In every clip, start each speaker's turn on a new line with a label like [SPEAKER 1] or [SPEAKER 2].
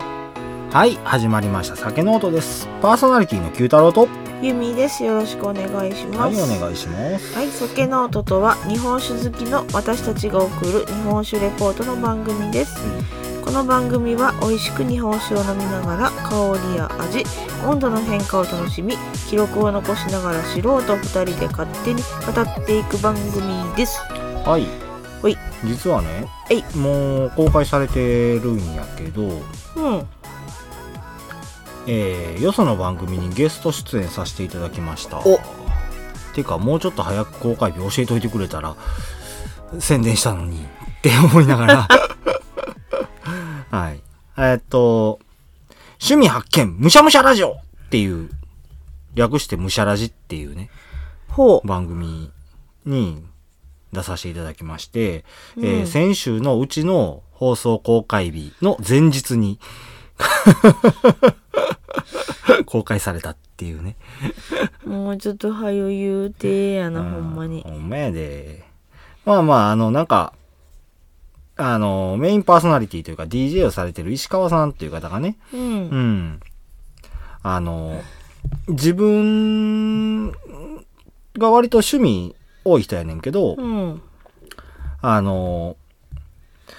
[SPEAKER 1] はい始まりました酒ノートですパーソナリティの九太郎と
[SPEAKER 2] ゆみです。よろしくお願いし
[SPEAKER 1] は
[SPEAKER 2] ま
[SPEAKER 1] い
[SPEAKER 2] す。
[SPEAKER 1] お願いします
[SPEAKER 2] はい、酒ノートとは日本酒好きの私たちが送る日本酒レポートの番組です。この番組は美味しく日本酒を飲みながら香りや味、温度の変化を楽しみ、記録を残しながら素人2人で勝手に語っていく番組です。
[SPEAKER 1] はい
[SPEAKER 2] ほい
[SPEAKER 1] 実はね
[SPEAKER 2] えい
[SPEAKER 1] もう公開されてるんやけど、
[SPEAKER 2] うん。
[SPEAKER 1] えー、よその番組にゲスト出演させていただきました
[SPEAKER 2] お
[SPEAKER 1] てかもうちょっと早く公開日教えといてくれたら宣伝したのにって思いながらはいえーっと「趣味発見むしゃむしゃラジオ」っていう略して「むしゃラジ」っていうね
[SPEAKER 2] ほう。
[SPEAKER 1] 番組に出させていただきまして、え
[SPEAKER 2] う
[SPEAKER 1] ー
[SPEAKER 2] ん
[SPEAKER 1] 先週のうちの放送公開日の前日 に公開されたっていうね。
[SPEAKER 2] もうちょっとはよ言うてやな、ほんまに
[SPEAKER 1] う。ほんまやで。まあまあ、あの、なんか、あの、メインパーソナリティというか DJ をされてる石川さんという方がね、
[SPEAKER 2] う。
[SPEAKER 1] うんん。あの、自分が割と趣味多い人やねんけど、
[SPEAKER 2] うん。
[SPEAKER 1] あの、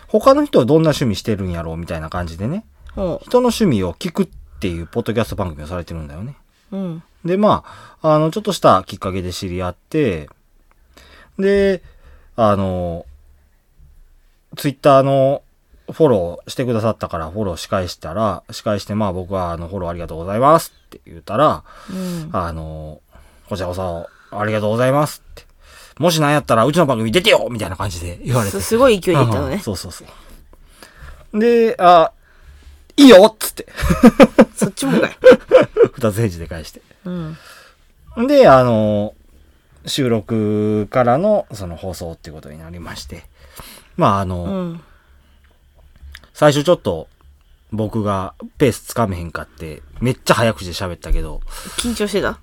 [SPEAKER 1] 他の人はどんな趣味してるんやろうみたいな感じでね、
[SPEAKER 2] ほ
[SPEAKER 1] 人の趣味を聞くっていうポッドキャスト番組をされてるんだよね。
[SPEAKER 2] う。うん。
[SPEAKER 1] で、まあ、あの、ちょっとしたきっかけで知り合って、で、あの、ツイッターのフォローしてくださったからフォローし返したら、し返して、まあ僕はあのフォローありがとうございますって言ったら、
[SPEAKER 2] うん。
[SPEAKER 1] あの、こちらこそありがとうございますって。もしなんやったらうちの番組出てよみたいな感じで言われて
[SPEAKER 2] す。すごい勢いでいったの
[SPEAKER 1] うん
[SPEAKER 2] ね。
[SPEAKER 1] そうそうそう。で、あ、いいよっつって、
[SPEAKER 2] そっちもかい。
[SPEAKER 1] 二つ返事で返して。
[SPEAKER 2] うん。
[SPEAKER 1] で、あの、収録からのその放送ってことになりまして。まあ、あの、
[SPEAKER 2] うん。
[SPEAKER 1] 最初ちょっと僕がペースつかめへんかって、めっちゃ早口で喋ったけど、
[SPEAKER 2] 緊張してた。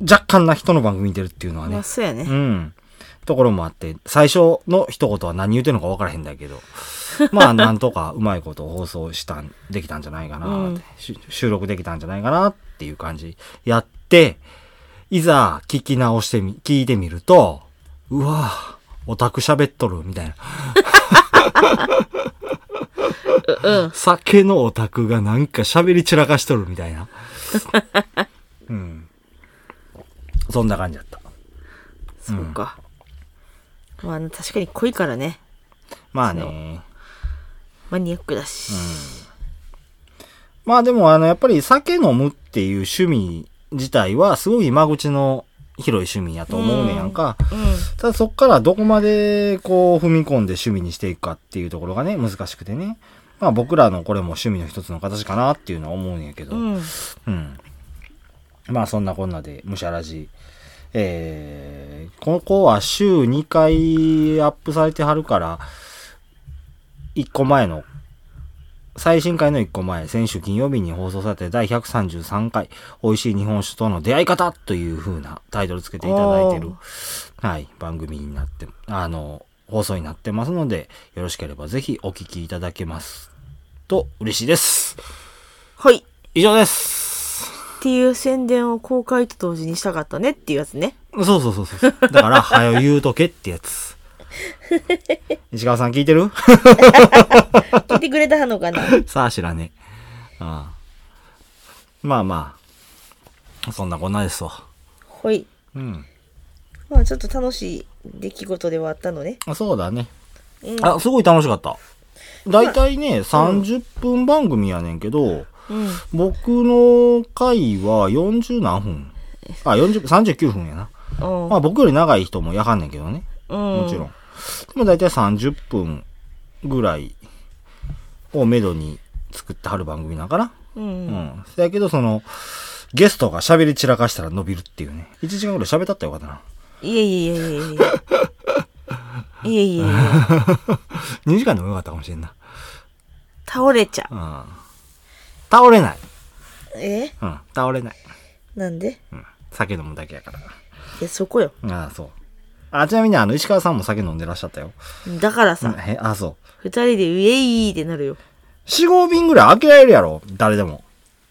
[SPEAKER 1] 若干な人の番組に出るっていうのは
[SPEAKER 2] ま
[SPEAKER 1] ね
[SPEAKER 2] あ、、そうや
[SPEAKER 1] う
[SPEAKER 2] ね。
[SPEAKER 1] ん。ところもあって、最初の一言は何言うてんのか分からへんだけど、 まあ、なんとかうまいことを放送したん、できたんじゃないかな、
[SPEAKER 2] うん
[SPEAKER 1] し収録できたんじゃないかなっていう感じやって、いざ聞き直してみ、聞いてみると、うわぁ、オタク喋っとる、みたいな。
[SPEAKER 2] うん。
[SPEAKER 1] 酒のオタクがなんか喋り散らかしとるみたい な。うん。そんな感じだった。
[SPEAKER 2] そうか。まあ、確かに濃いからね。
[SPEAKER 1] まあね。
[SPEAKER 2] マニアックだし。
[SPEAKER 1] まあでも、あの、やっぱり酒飲むっていう趣味自体は、すごい今口の広い趣味やと思うねやんか。
[SPEAKER 2] うん。
[SPEAKER 1] ただそっからどこまで、こう、踏み込んで趣味にしていくかっていうところがね、難しくてね。まあ僕らのこれも趣味の一つの形かなっていうのは思うんやけど。
[SPEAKER 2] うん。
[SPEAKER 1] うん。まあそんなこんなで、むしゃらじ。えー、ここは週2回アップされてはるから、1個前の、最新回の1個前、先週金曜日に放送されて第133回、美味しい日本酒との出会い方という風なタイトルつけていただいてる
[SPEAKER 2] お、
[SPEAKER 1] はい、番組になって、あの、放送になってますので、よろしければぜひお聞きいただけますと嬉しいです。
[SPEAKER 2] はい。っ
[SPEAKER 1] 以上です。
[SPEAKER 2] ていう宣伝を公開と同時にしたかったねっていうやつね。
[SPEAKER 1] そうそうそうそう。だから、はよ言うとけってやつ。 石川さん聞いてる
[SPEAKER 2] 聞いてくれたのか な
[SPEAKER 1] さあ知らねえ。ああまあまあ、そんなこんなですわ。
[SPEAKER 2] はい。
[SPEAKER 1] うん。
[SPEAKER 2] まあ、ちょっと楽しい出来事ではあったのね。
[SPEAKER 1] あそうだね。
[SPEAKER 2] うん。
[SPEAKER 1] あ、すごい楽しかった。だいたいね、30分番組やねんけど、
[SPEAKER 2] うん。
[SPEAKER 1] 僕の回は40何分あ、40、39分やな。
[SPEAKER 2] うん
[SPEAKER 1] まあ僕より長い人もやかんねんけどね。もちろん。でも大体30分ぐらいをめどに作ってはる番組なんかな。
[SPEAKER 2] うん。
[SPEAKER 1] う
[SPEAKER 2] うん。
[SPEAKER 1] ん。そやけど、その、ゲストが喋り散らかしたら伸びるっていうね。1時間ぐらい喋ったってよかったな。
[SPEAKER 2] いえいえいえいえいえ。いえ いえいえ。
[SPEAKER 1] 2時間でもよかったかもしれんな。
[SPEAKER 2] 倒れちゃう
[SPEAKER 1] う。ん。倒れない。
[SPEAKER 2] え
[SPEAKER 1] うん。倒れない。
[SPEAKER 2] なんで
[SPEAKER 1] うん。酒飲むだけやから。
[SPEAKER 2] いや、そこよ。
[SPEAKER 1] ああ、そう。あ、ちなみにあの、石川さんも酒飲んでらっしゃったよ。
[SPEAKER 2] だから
[SPEAKER 1] うん
[SPEAKER 2] さ、
[SPEAKER 1] え、あ、そう。
[SPEAKER 2] 二人でウェイってなるよ。
[SPEAKER 1] 4、5瓶ぐらい開けられるやろ。誰でも。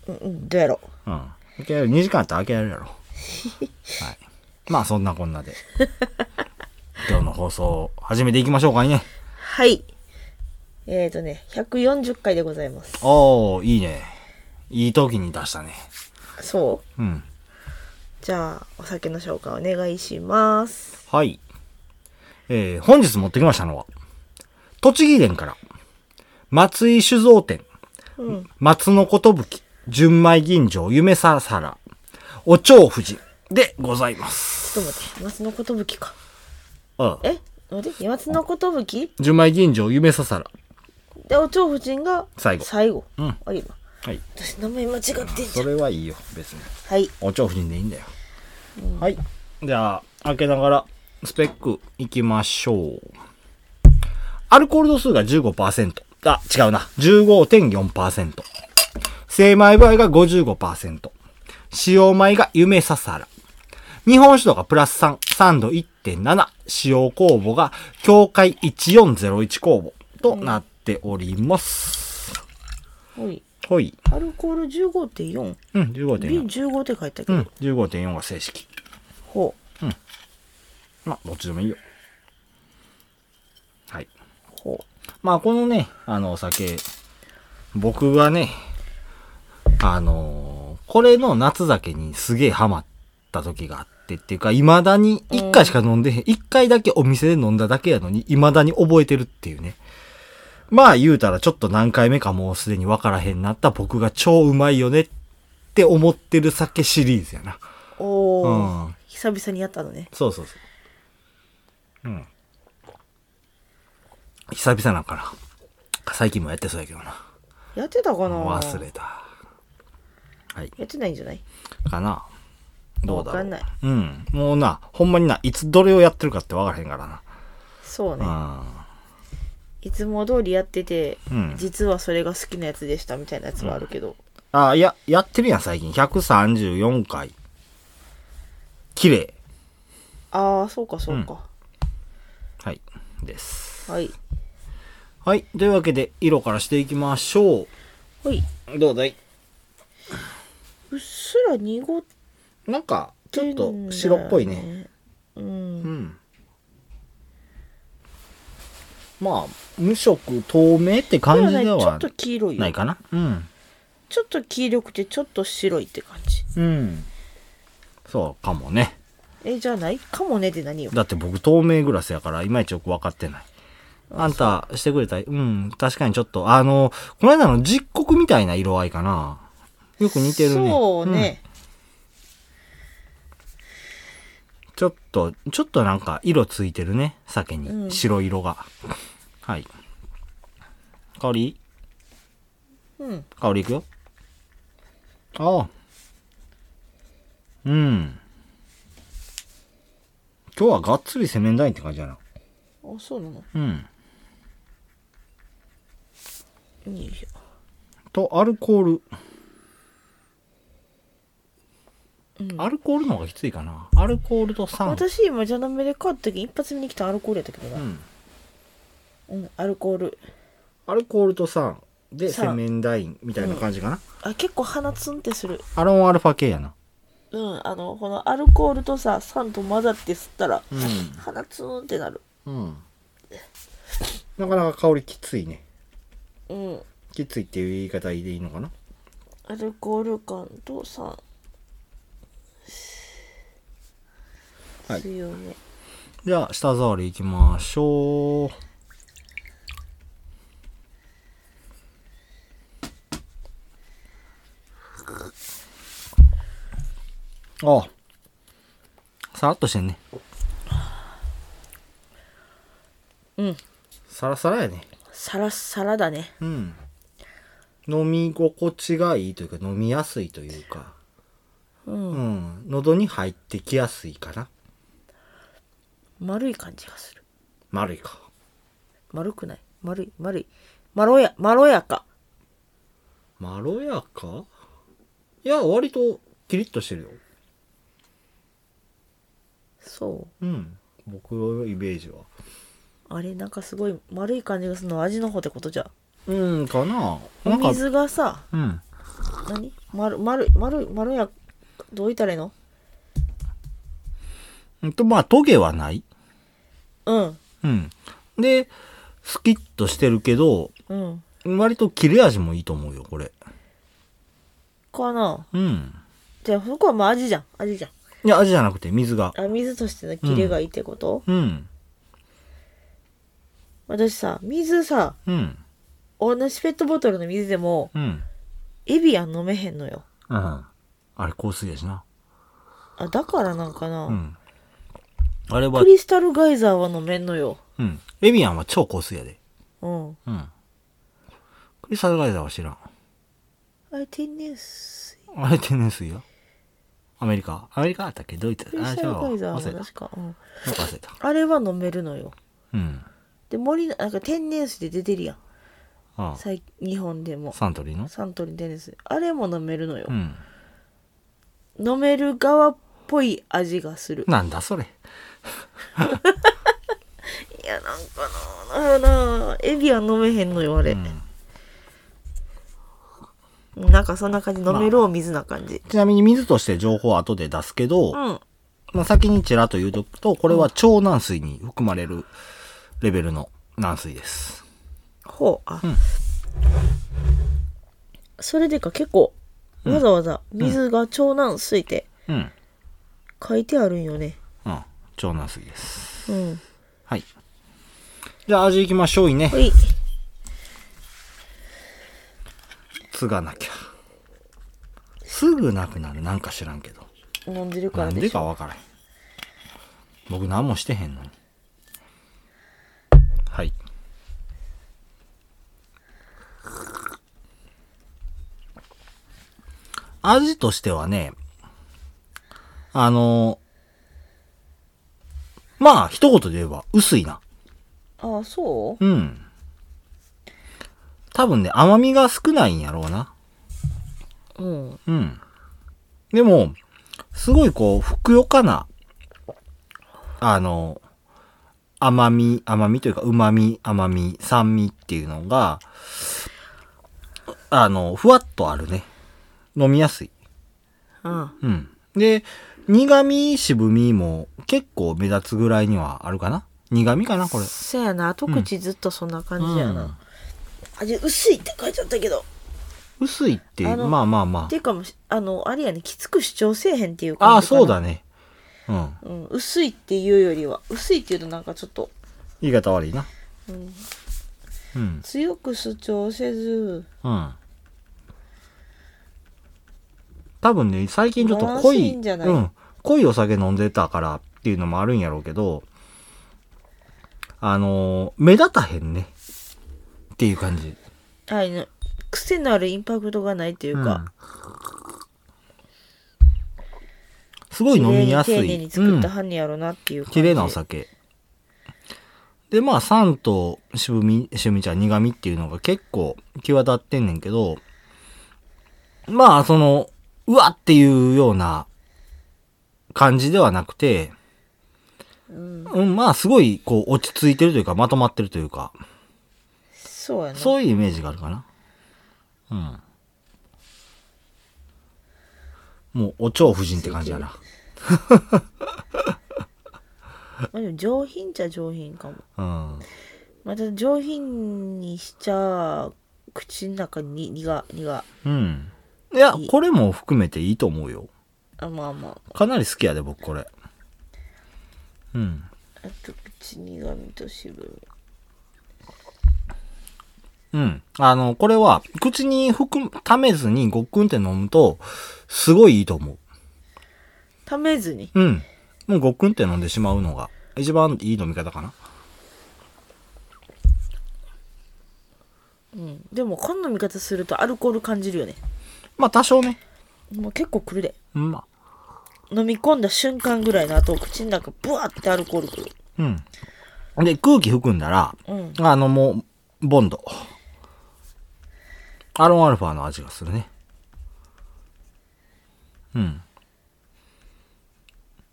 [SPEAKER 2] うんどうやろ
[SPEAKER 1] うん。開けられる。2時間やったら開けられるやろ。はい。まあ、そんなこんなで。今日の放送、始めていきましょうかね。
[SPEAKER 2] はいえーとね140回でございます
[SPEAKER 1] おー、いいね。いい時に出したね。
[SPEAKER 2] そ
[SPEAKER 1] うん。
[SPEAKER 2] うじゃあお酒の紹介お願いします
[SPEAKER 1] はい。えー、本日持ってきましたのは、栃木県から、松井酒造店、
[SPEAKER 2] うん
[SPEAKER 1] 松のことぶき、純米吟醸、夢ささら、お蝶夫人でございます。
[SPEAKER 2] ちょっと待って松のことぶきか
[SPEAKER 1] うん。
[SPEAKER 2] え待って松のことぶき
[SPEAKER 1] 純米吟醸、夢ささら。
[SPEAKER 2] でお蝶夫人が
[SPEAKER 1] 最後
[SPEAKER 2] 最後、
[SPEAKER 1] うん
[SPEAKER 2] あれ今
[SPEAKER 1] はい。
[SPEAKER 2] 私名前間違ってんじ
[SPEAKER 1] そ
[SPEAKER 2] ゃん
[SPEAKER 1] れはいいよ、別に。
[SPEAKER 2] はい
[SPEAKER 1] お蝶夫人でいいんだよ。はい。じゃあ、開けながら、スペックいきましょう。アルコール度数が15%。あ、違うな。15.4%。精米倍が55%。使用米が夢ささら。日本酒度がプラス3、3度1.7。使用酵母が境界1401酵母となっております。
[SPEAKER 2] おい
[SPEAKER 1] ほい。
[SPEAKER 2] アルコール15.4
[SPEAKER 1] うん、15.4。
[SPEAKER 2] 瓶15って書いて
[SPEAKER 1] う
[SPEAKER 2] あるけど、
[SPEAKER 1] ん、15.4が正式。
[SPEAKER 2] ほう
[SPEAKER 1] まあ、どっちでもいいよ。はい。
[SPEAKER 2] ほ
[SPEAKER 1] まあ、このね、あの、お酒、僕がね、あのーこれの夏酒にすげえハマった時があってっていうか、未だに一回しか飲んでへん。一、回だけお店で飲んだだけやのに、未だに覚えてるっていうね。まあ言うたらちょっと何回目かもうすでに分からへんなった僕が超うまいよねって思ってる酒シリーズやな。
[SPEAKER 2] うおお、
[SPEAKER 1] うん
[SPEAKER 2] 久々にやったのね
[SPEAKER 1] そうそうそう。うん。久々なんかな。最近もやってそうやけどな。
[SPEAKER 2] やってたかな
[SPEAKER 1] 忘れた。はい。
[SPEAKER 2] やってないんじゃない
[SPEAKER 1] かな。どうだろう。
[SPEAKER 2] わかんない。
[SPEAKER 1] うん。もうな、ほんまにな、いつどれをやってるかって分からへんから
[SPEAKER 2] そうね、
[SPEAKER 1] な。
[SPEAKER 2] いつも通りやってて、
[SPEAKER 1] うん
[SPEAKER 2] 実はそれが好きなやつでしたみたいなやつはあるけど、
[SPEAKER 1] うん。あ、いや、やってるやん、最近。134回。綺麗。
[SPEAKER 2] ああそうかそうか、
[SPEAKER 1] はい。です。
[SPEAKER 2] はい
[SPEAKER 1] はい。というわけで、色からしていきましょ。
[SPEAKER 2] ほいう
[SPEAKER 1] どうだいう
[SPEAKER 2] っすら濁って
[SPEAKER 1] なんか、ちょっ
[SPEAKER 2] んだよ
[SPEAKER 1] と白っぽいね。
[SPEAKER 2] うん
[SPEAKER 1] うん。まあ、無色透明って感じで
[SPEAKER 2] でもねちょ
[SPEAKER 1] は
[SPEAKER 2] っと黄色い
[SPEAKER 1] ない
[SPEAKER 2] よ
[SPEAKER 1] かな。うん。
[SPEAKER 2] ちょっと黄色くてちょっと白いって感じ
[SPEAKER 1] うん。そうかもね。
[SPEAKER 2] えじゃないかもねって何よ
[SPEAKER 1] だって僕透明グラスやから、いまいちよく分かってない。あんたしてくれたうん、確かにちょっと、あの、この間の実刻みたいな色合いかな。よく似てるね。
[SPEAKER 2] そ
[SPEAKER 1] う
[SPEAKER 2] う
[SPEAKER 1] ん
[SPEAKER 2] ね、
[SPEAKER 1] ちょっと、ちょっとなんか色ついてるね、酒に。
[SPEAKER 2] うん
[SPEAKER 1] 白色が。はい。香り
[SPEAKER 2] うん
[SPEAKER 1] 香りいくよ。ああ。うん。今日はがっつり洗面台って感じだな。
[SPEAKER 2] あそうなの
[SPEAKER 1] うん。
[SPEAKER 2] よいし
[SPEAKER 1] と、アルコール。アルコールの方がきついかな。アルコールと
[SPEAKER 2] ょ
[SPEAKER 1] 酸。
[SPEAKER 2] 私今ジャナメで買った時一発目に来たアルコールやったけど
[SPEAKER 1] う
[SPEAKER 2] な、
[SPEAKER 1] ん。
[SPEAKER 2] うんアルコール
[SPEAKER 1] アルコールと酸で
[SPEAKER 2] 酸
[SPEAKER 1] 洗面台みたいな感じかな。
[SPEAKER 2] あ結構鼻ツンってする
[SPEAKER 1] アロンアルファ系やな。
[SPEAKER 2] うんあのこのアルコールとさ酸と混ざって吸ったら、
[SPEAKER 1] うん
[SPEAKER 2] 鼻ツンってなる
[SPEAKER 1] うん。なかなか香りきついね。
[SPEAKER 2] うん
[SPEAKER 1] きついっていう言い方でいいのかな。
[SPEAKER 2] アルコール感と酸
[SPEAKER 1] はい
[SPEAKER 2] 強め、
[SPEAKER 1] じゃあ、舌触りいきましょう。ああ。さらっとしてんね。
[SPEAKER 2] うん
[SPEAKER 1] さらさらやね。
[SPEAKER 2] サラッサラだね
[SPEAKER 1] うん。飲み心地がいいというか、飲みやすいというか。
[SPEAKER 2] うん
[SPEAKER 1] うん。喉に入ってきやすいかな。
[SPEAKER 2] 丸い感じがする
[SPEAKER 1] 丸いか。
[SPEAKER 2] 丸くない丸い丸いまろやまろやか
[SPEAKER 1] まろやかいや、割とキリッとしてるよ。
[SPEAKER 2] そ
[SPEAKER 1] うん。僕のイメージは。
[SPEAKER 2] うあれなんかすごい丸い感じがするのは味の方ってことじゃ
[SPEAKER 1] うん、かなな
[SPEAKER 2] お
[SPEAKER 1] んか、
[SPEAKER 2] 水がさ
[SPEAKER 1] うん。
[SPEAKER 2] 何丸丸丸丸やどういったらいいの
[SPEAKER 1] うんと、まあ、トゲはない。
[SPEAKER 2] うん
[SPEAKER 1] うん。で、スキッとしてるけど、
[SPEAKER 2] うん
[SPEAKER 1] 割と切れ味もいいと思うよ、これ。
[SPEAKER 2] かな
[SPEAKER 1] うん。
[SPEAKER 2] じゃあそこはまあ味じゃん味じゃん
[SPEAKER 1] いや、味じゃなくて、水が。
[SPEAKER 2] あ水としてのキレがいいってこと、
[SPEAKER 1] うん。
[SPEAKER 2] 私さ水さ
[SPEAKER 1] うん。
[SPEAKER 2] 同じペットボトルの水でも
[SPEAKER 1] うん。
[SPEAKER 2] エビアン飲めへんのよ
[SPEAKER 1] うん。あれ、香水やしな。
[SPEAKER 2] あだからなんかな、
[SPEAKER 1] うん。あれは
[SPEAKER 2] ク、リスタルガイザーは飲めんのよ
[SPEAKER 1] うん。エビアンは超香水やで。
[SPEAKER 2] うん
[SPEAKER 1] うん。クリスタルガイザーは知らん。
[SPEAKER 2] あれ天然水
[SPEAKER 1] あれ、天然水や。アメリカ。アメリカだったっけドイツ
[SPEAKER 2] クリ
[SPEAKER 1] あ、
[SPEAKER 2] スタ
[SPEAKER 1] 違
[SPEAKER 2] ル
[SPEAKER 1] うわ。
[SPEAKER 2] ガイザーも
[SPEAKER 1] 忘れた。なん
[SPEAKER 2] 確か、うん、
[SPEAKER 1] か忘れた。
[SPEAKER 2] あれは飲めるのよ
[SPEAKER 1] うん。
[SPEAKER 2] で森のなんか天然水で出てるやん
[SPEAKER 1] あ
[SPEAKER 2] 最日本でも
[SPEAKER 1] サントリーの
[SPEAKER 2] サントリー天然水あれも飲めるのよ
[SPEAKER 1] う、ん。
[SPEAKER 2] 飲める側っぽい味がする
[SPEAKER 1] なんだそれ。
[SPEAKER 2] いやなんかななんやなエビアン飲めへんのよあれ、なんかそんな感じ飲めるお水な感じ、
[SPEAKER 1] ちなみに水として情報は後で出すけど、
[SPEAKER 2] うん
[SPEAKER 1] まあ、先にちらっと言うとくと、これは超軟水に含まれるレベルの軟水です。
[SPEAKER 2] ほうあ、
[SPEAKER 1] ん
[SPEAKER 2] それでか結構わざわざ水が長男水って
[SPEAKER 1] うん。
[SPEAKER 2] 書いてあるんよね
[SPEAKER 1] うん。超軟水です。
[SPEAKER 2] うん
[SPEAKER 1] はい。じゃあ味いきましょういね
[SPEAKER 2] ほ。い
[SPEAKER 1] 継がなきゃ。すぐなくなる。なんか知らんけど。
[SPEAKER 2] 飲んでるか
[SPEAKER 1] な
[SPEAKER 2] ら
[SPEAKER 1] ん
[SPEAKER 2] で
[SPEAKER 1] で
[SPEAKER 2] しょ
[SPEAKER 1] かわからへん。僕何もしてへんのに。はい。味としてはね、あの、まあ、一言で言えば、薄いな。
[SPEAKER 2] ああそう
[SPEAKER 1] うん。多分ね、甘みが少ないんやろうな。
[SPEAKER 2] うん
[SPEAKER 1] うん。でも、すごいこう、ふくよかな、あの、甘み、甘みというか、旨み、甘み、酸味っていうのが、あの、ふわっとあるね。飲みやすい。
[SPEAKER 2] あ
[SPEAKER 1] うん。で、苦味、渋みも結構目立つぐらいにはあるかな苦味かなこれ。
[SPEAKER 2] せやな後口ずっとそんな感じやな、
[SPEAKER 1] うん
[SPEAKER 2] 味薄いって書いてあったけど
[SPEAKER 1] 薄いっていう、
[SPEAKER 2] あの
[SPEAKER 1] まあまあま
[SPEAKER 2] っていうかもしあのあれやねきつく主張せえへんっていう
[SPEAKER 1] あ。あ
[SPEAKER 2] 感
[SPEAKER 1] あ、
[SPEAKER 2] じかな
[SPEAKER 1] そうだね。うん。
[SPEAKER 2] うん、薄いっていうよりは薄いっていうとなんかちょっと、
[SPEAKER 1] 言い方悪いな。
[SPEAKER 2] うん、
[SPEAKER 1] うん。
[SPEAKER 2] 強く主張せず
[SPEAKER 1] うん。多分ね、最近ちょっと濃
[SPEAKER 2] バランスい
[SPEAKER 1] い、
[SPEAKER 2] いんじゃない
[SPEAKER 1] うん、濃いお酒飲んでたからっていうのもあるんやろうけど、あのー目立たへんね。っていう感じ。
[SPEAKER 2] あの癖のあるインパクトがないという
[SPEAKER 1] うん
[SPEAKER 2] か、
[SPEAKER 1] すごい
[SPEAKER 2] 綺
[SPEAKER 1] 飲
[SPEAKER 2] 麗
[SPEAKER 1] み
[SPEAKER 2] に
[SPEAKER 1] やす
[SPEAKER 2] 丁
[SPEAKER 1] い。
[SPEAKER 2] 寧に作った
[SPEAKER 1] うん
[SPEAKER 2] はんやろなっていう感じ、
[SPEAKER 1] 綺麗なお酒。で、まあ、酸と渋み、渋みちゃん苦味っていうのが結構際立ってんねんけど、まあ、その、うわっていうような感じではなくて、
[SPEAKER 2] うん、
[SPEAKER 1] うん、まあ、すごい、こう、落ち着いてるというか、まとまってるというか、
[SPEAKER 2] そうやな
[SPEAKER 1] そういうイメージがあるかな。うん。もう、お蝶夫人って感じやな。
[SPEAKER 2] まあ、でも上品っちゃ上品かも
[SPEAKER 1] うん。
[SPEAKER 2] また上品にしちゃ口の中に苦苦
[SPEAKER 1] うん。いや、これも含めていいと思うよ。
[SPEAKER 2] あまあまあ
[SPEAKER 1] かなり好きやで、僕これ。うん。
[SPEAKER 2] あと口苦味と渋み
[SPEAKER 1] うん。あの、これは、口に含む、溜めずにごっくんって飲むと、すごいいいと思
[SPEAKER 2] ためずに
[SPEAKER 1] う。うん。もうごっくんって飲んでしまうのが、一番いい飲み方かな。
[SPEAKER 2] うんでもこんな見方するとアルコール感じるよね
[SPEAKER 1] まあ、多少ね。
[SPEAKER 2] もう結構くるで
[SPEAKER 1] うん、まあ。
[SPEAKER 2] 飲み込んだ瞬間ぐらいの後口の中ブワーってアルコールくる
[SPEAKER 1] うん。で、空気含んだら、
[SPEAKER 2] うん
[SPEAKER 1] あの、もう、ボンド。アロンアルファの味がするね。うん。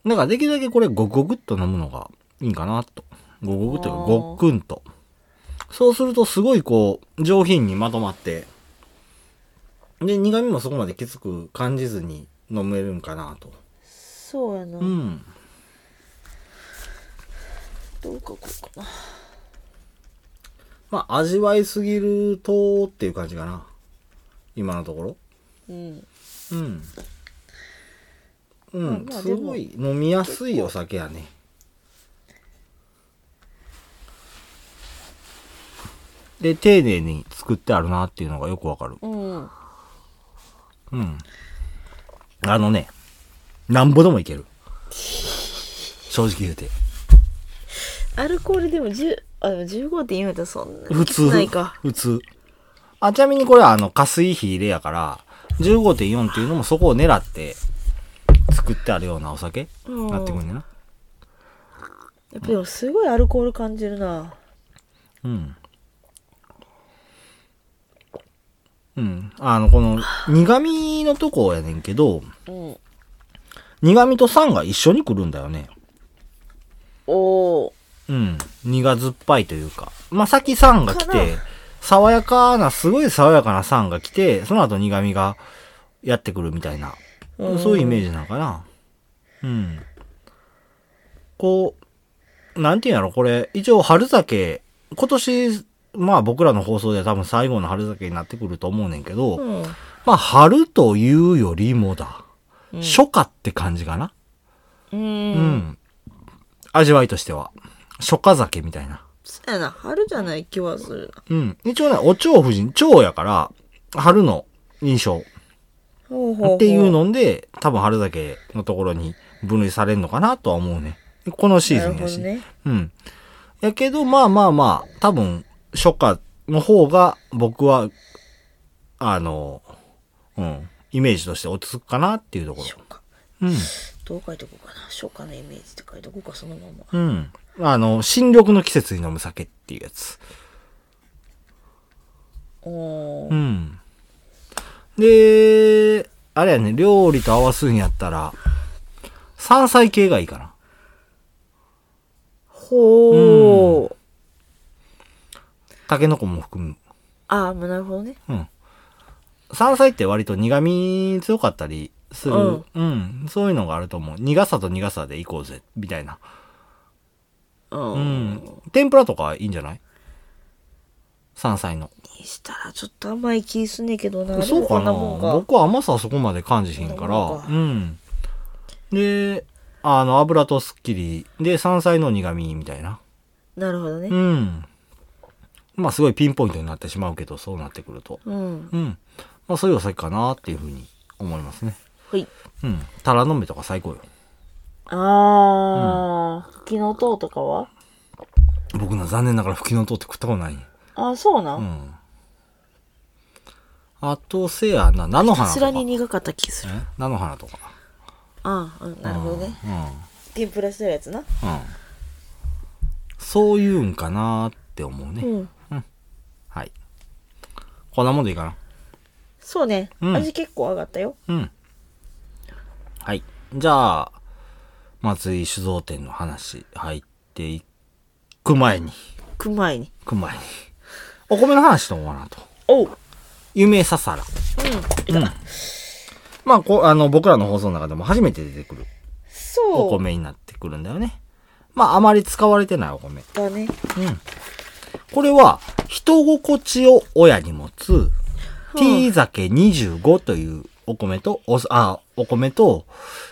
[SPEAKER 1] だから、できるだけこれ、ごくごくっと飲むのがいいんかなと。ごくごくというか、
[SPEAKER 2] あー
[SPEAKER 1] ごっくんと。そうするとすごいこう、上品にまとまって、で、苦味もそこまできつく感じずに飲めるんかなと。
[SPEAKER 2] そうやな、
[SPEAKER 1] うん。
[SPEAKER 2] どうかこうかな
[SPEAKER 1] まあ、味わいすぎるとっていう感じかな。今のところ。
[SPEAKER 2] うん
[SPEAKER 1] うん。う
[SPEAKER 2] まあ
[SPEAKER 1] ん
[SPEAKER 2] ま、あ
[SPEAKER 1] すごい飲みやすいお酒やね。で、丁寧に作ってあるなっていうのがよくわかる。
[SPEAKER 2] うん
[SPEAKER 1] うん。あのね、なんぼでもいける。正直言うて。
[SPEAKER 2] アルコールでも10あでも15.4やったらそんなに
[SPEAKER 1] 普通。
[SPEAKER 2] ないか
[SPEAKER 1] 普通。あ、ちなみにこれはあの、加水火入れやから、15.4っていうのもそこを狙って作ってあるようなお酒
[SPEAKER 2] うん
[SPEAKER 1] なってくるんだよな。
[SPEAKER 2] やっぱでもすごいアルコール感じるな
[SPEAKER 1] うん。うん。あの、この、苦味のとこやねんけど、
[SPEAKER 2] うん
[SPEAKER 1] 苦味と酸が一緒に来るんだよね。
[SPEAKER 2] おー
[SPEAKER 1] うん。苦酸っぱいというか。まあ、先酸が来
[SPEAKER 2] かな
[SPEAKER 1] て、爽やかな、すごい爽やかな酸が来て、その後苦味がやってくるみたいな。
[SPEAKER 2] うん
[SPEAKER 1] そういうイメージなのかな。うん。こう、なんていうんやろ、これ、一応春酒、今年、まあ僕らの放送では多分最後の春酒になってくると思うねんけど、
[SPEAKER 2] うん
[SPEAKER 1] まあ春というよりもだ。
[SPEAKER 2] うん
[SPEAKER 1] 初夏って感じかな。
[SPEAKER 2] う
[SPEAKER 1] うんん。味わいとしては。初夏酒みたいな。
[SPEAKER 2] そうやな春じゃない気はするな
[SPEAKER 1] うん。一応ね、お蝶夫人、蝶やから、春の印象
[SPEAKER 2] ほうほうほう
[SPEAKER 1] っていうので、多分春酒のところに分類されるのかなとは思うね。このシーズンやし。
[SPEAKER 2] なるほどね
[SPEAKER 1] うん。やけど、まあまあまあ、多分、初夏の方が、僕は、あの、うん、イメージとして落ち着くかなっていうとこ
[SPEAKER 2] 初夏
[SPEAKER 1] ろ。
[SPEAKER 2] どう書いておこうかな初夏のイメージって書いておこうかそのまま
[SPEAKER 1] うん。うん。あの、新緑の季節に飲む酒っていうやつ。
[SPEAKER 2] お
[SPEAKER 1] う
[SPEAKER 2] ー
[SPEAKER 1] ん。で、あれやね、料理と合わすんやったら、山菜系がいいかな。
[SPEAKER 2] ほう
[SPEAKER 1] タケノコも含む。
[SPEAKER 2] ああまあなるほどね
[SPEAKER 1] うん。山菜って割と苦味強かったりする。
[SPEAKER 2] うん
[SPEAKER 1] うん。そういうのがあると思う。苦さと苦さでいこうぜ、みたいな。
[SPEAKER 2] う
[SPEAKER 1] うんん。天ぷらとかいいんじゃない山菜の。
[SPEAKER 2] にしたらちょっと甘い気すんねんけどな
[SPEAKER 1] そうか
[SPEAKER 2] で
[SPEAKER 1] な
[SPEAKER 2] もこんなもんか
[SPEAKER 1] 僕は甘さはそこまで感じひんか
[SPEAKER 2] こん
[SPEAKER 1] ら。
[SPEAKER 2] なもんか
[SPEAKER 1] うん。で、あの、油とすっきり。で、山菜の苦味みたいな。
[SPEAKER 2] なるほどね
[SPEAKER 1] うん。まあ、すごいピンポイントになってしまうけど、そうなってくると。
[SPEAKER 2] うん
[SPEAKER 1] うん。まあ、そういうお酒かなっていうふうに思いますね。
[SPEAKER 2] はい
[SPEAKER 1] うん。タラの芽とか最高よ。
[SPEAKER 2] ああ、木の塔とかは
[SPEAKER 1] 僕な、残念ながら吹きの塔って食ったことないね。
[SPEAKER 2] ああ、そうな。
[SPEAKER 1] うんん。あと、せやな、菜の
[SPEAKER 2] さ
[SPEAKER 1] 花
[SPEAKER 2] す
[SPEAKER 1] と
[SPEAKER 2] ら
[SPEAKER 1] か。
[SPEAKER 2] に苦かった気する。
[SPEAKER 1] え菜の花とか。
[SPEAKER 2] ああ、うんなるほどね。
[SPEAKER 1] うん。うん。
[SPEAKER 2] 天ぷらしてるやつな。
[SPEAKER 1] うんそういうんかなって思うね。
[SPEAKER 2] うん。
[SPEAKER 1] はい。こんなもんでいいか
[SPEAKER 2] そうね。
[SPEAKER 1] うん
[SPEAKER 2] 味結構上がったよ。
[SPEAKER 1] な。うん。はい。じゃあ、松井酒造店の話入っていく前に、
[SPEAKER 2] く前に。
[SPEAKER 1] く前に、お米の話と思わなと。
[SPEAKER 2] おう。うん。
[SPEAKER 1] 夢ささら。
[SPEAKER 2] い
[SPEAKER 1] うん
[SPEAKER 2] た
[SPEAKER 1] まあ、こう、あの、僕らの放送の中でも初めて出てくるお
[SPEAKER 2] そう。
[SPEAKER 1] 米になってくるんだよね。まあ、あまり使われてないお米。
[SPEAKER 2] だね。
[SPEAKER 1] これは、人心地を親に持つ、ティー酒25というお米と、お酢、あ、お米と、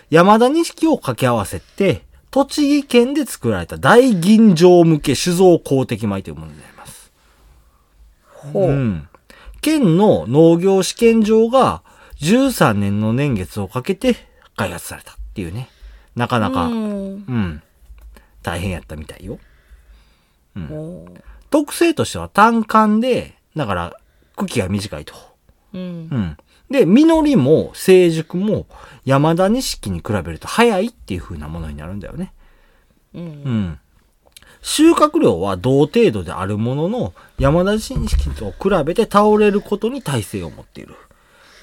[SPEAKER 1] 山田錦を掛け合わせて、栃木県で作られた大吟醸向け酒造公的米というものになります。
[SPEAKER 2] ほ
[SPEAKER 1] う
[SPEAKER 2] う。
[SPEAKER 1] ん。県の農業試験場が13年の年月をかけて開発されたっていうね。なかなか、うん、
[SPEAKER 2] ん。
[SPEAKER 1] 大変やったみたいよ。
[SPEAKER 2] おう
[SPEAKER 1] 特性としては単管で、だから茎が短いと。
[SPEAKER 2] うん
[SPEAKER 1] う。ん。で、実りも成熟も山田錦に比べると早いっていう風なものになるんだよね。
[SPEAKER 2] う。
[SPEAKER 1] うんん。収穫量は同程度であるものの、山田錦と比べて倒れることに耐性を持っている。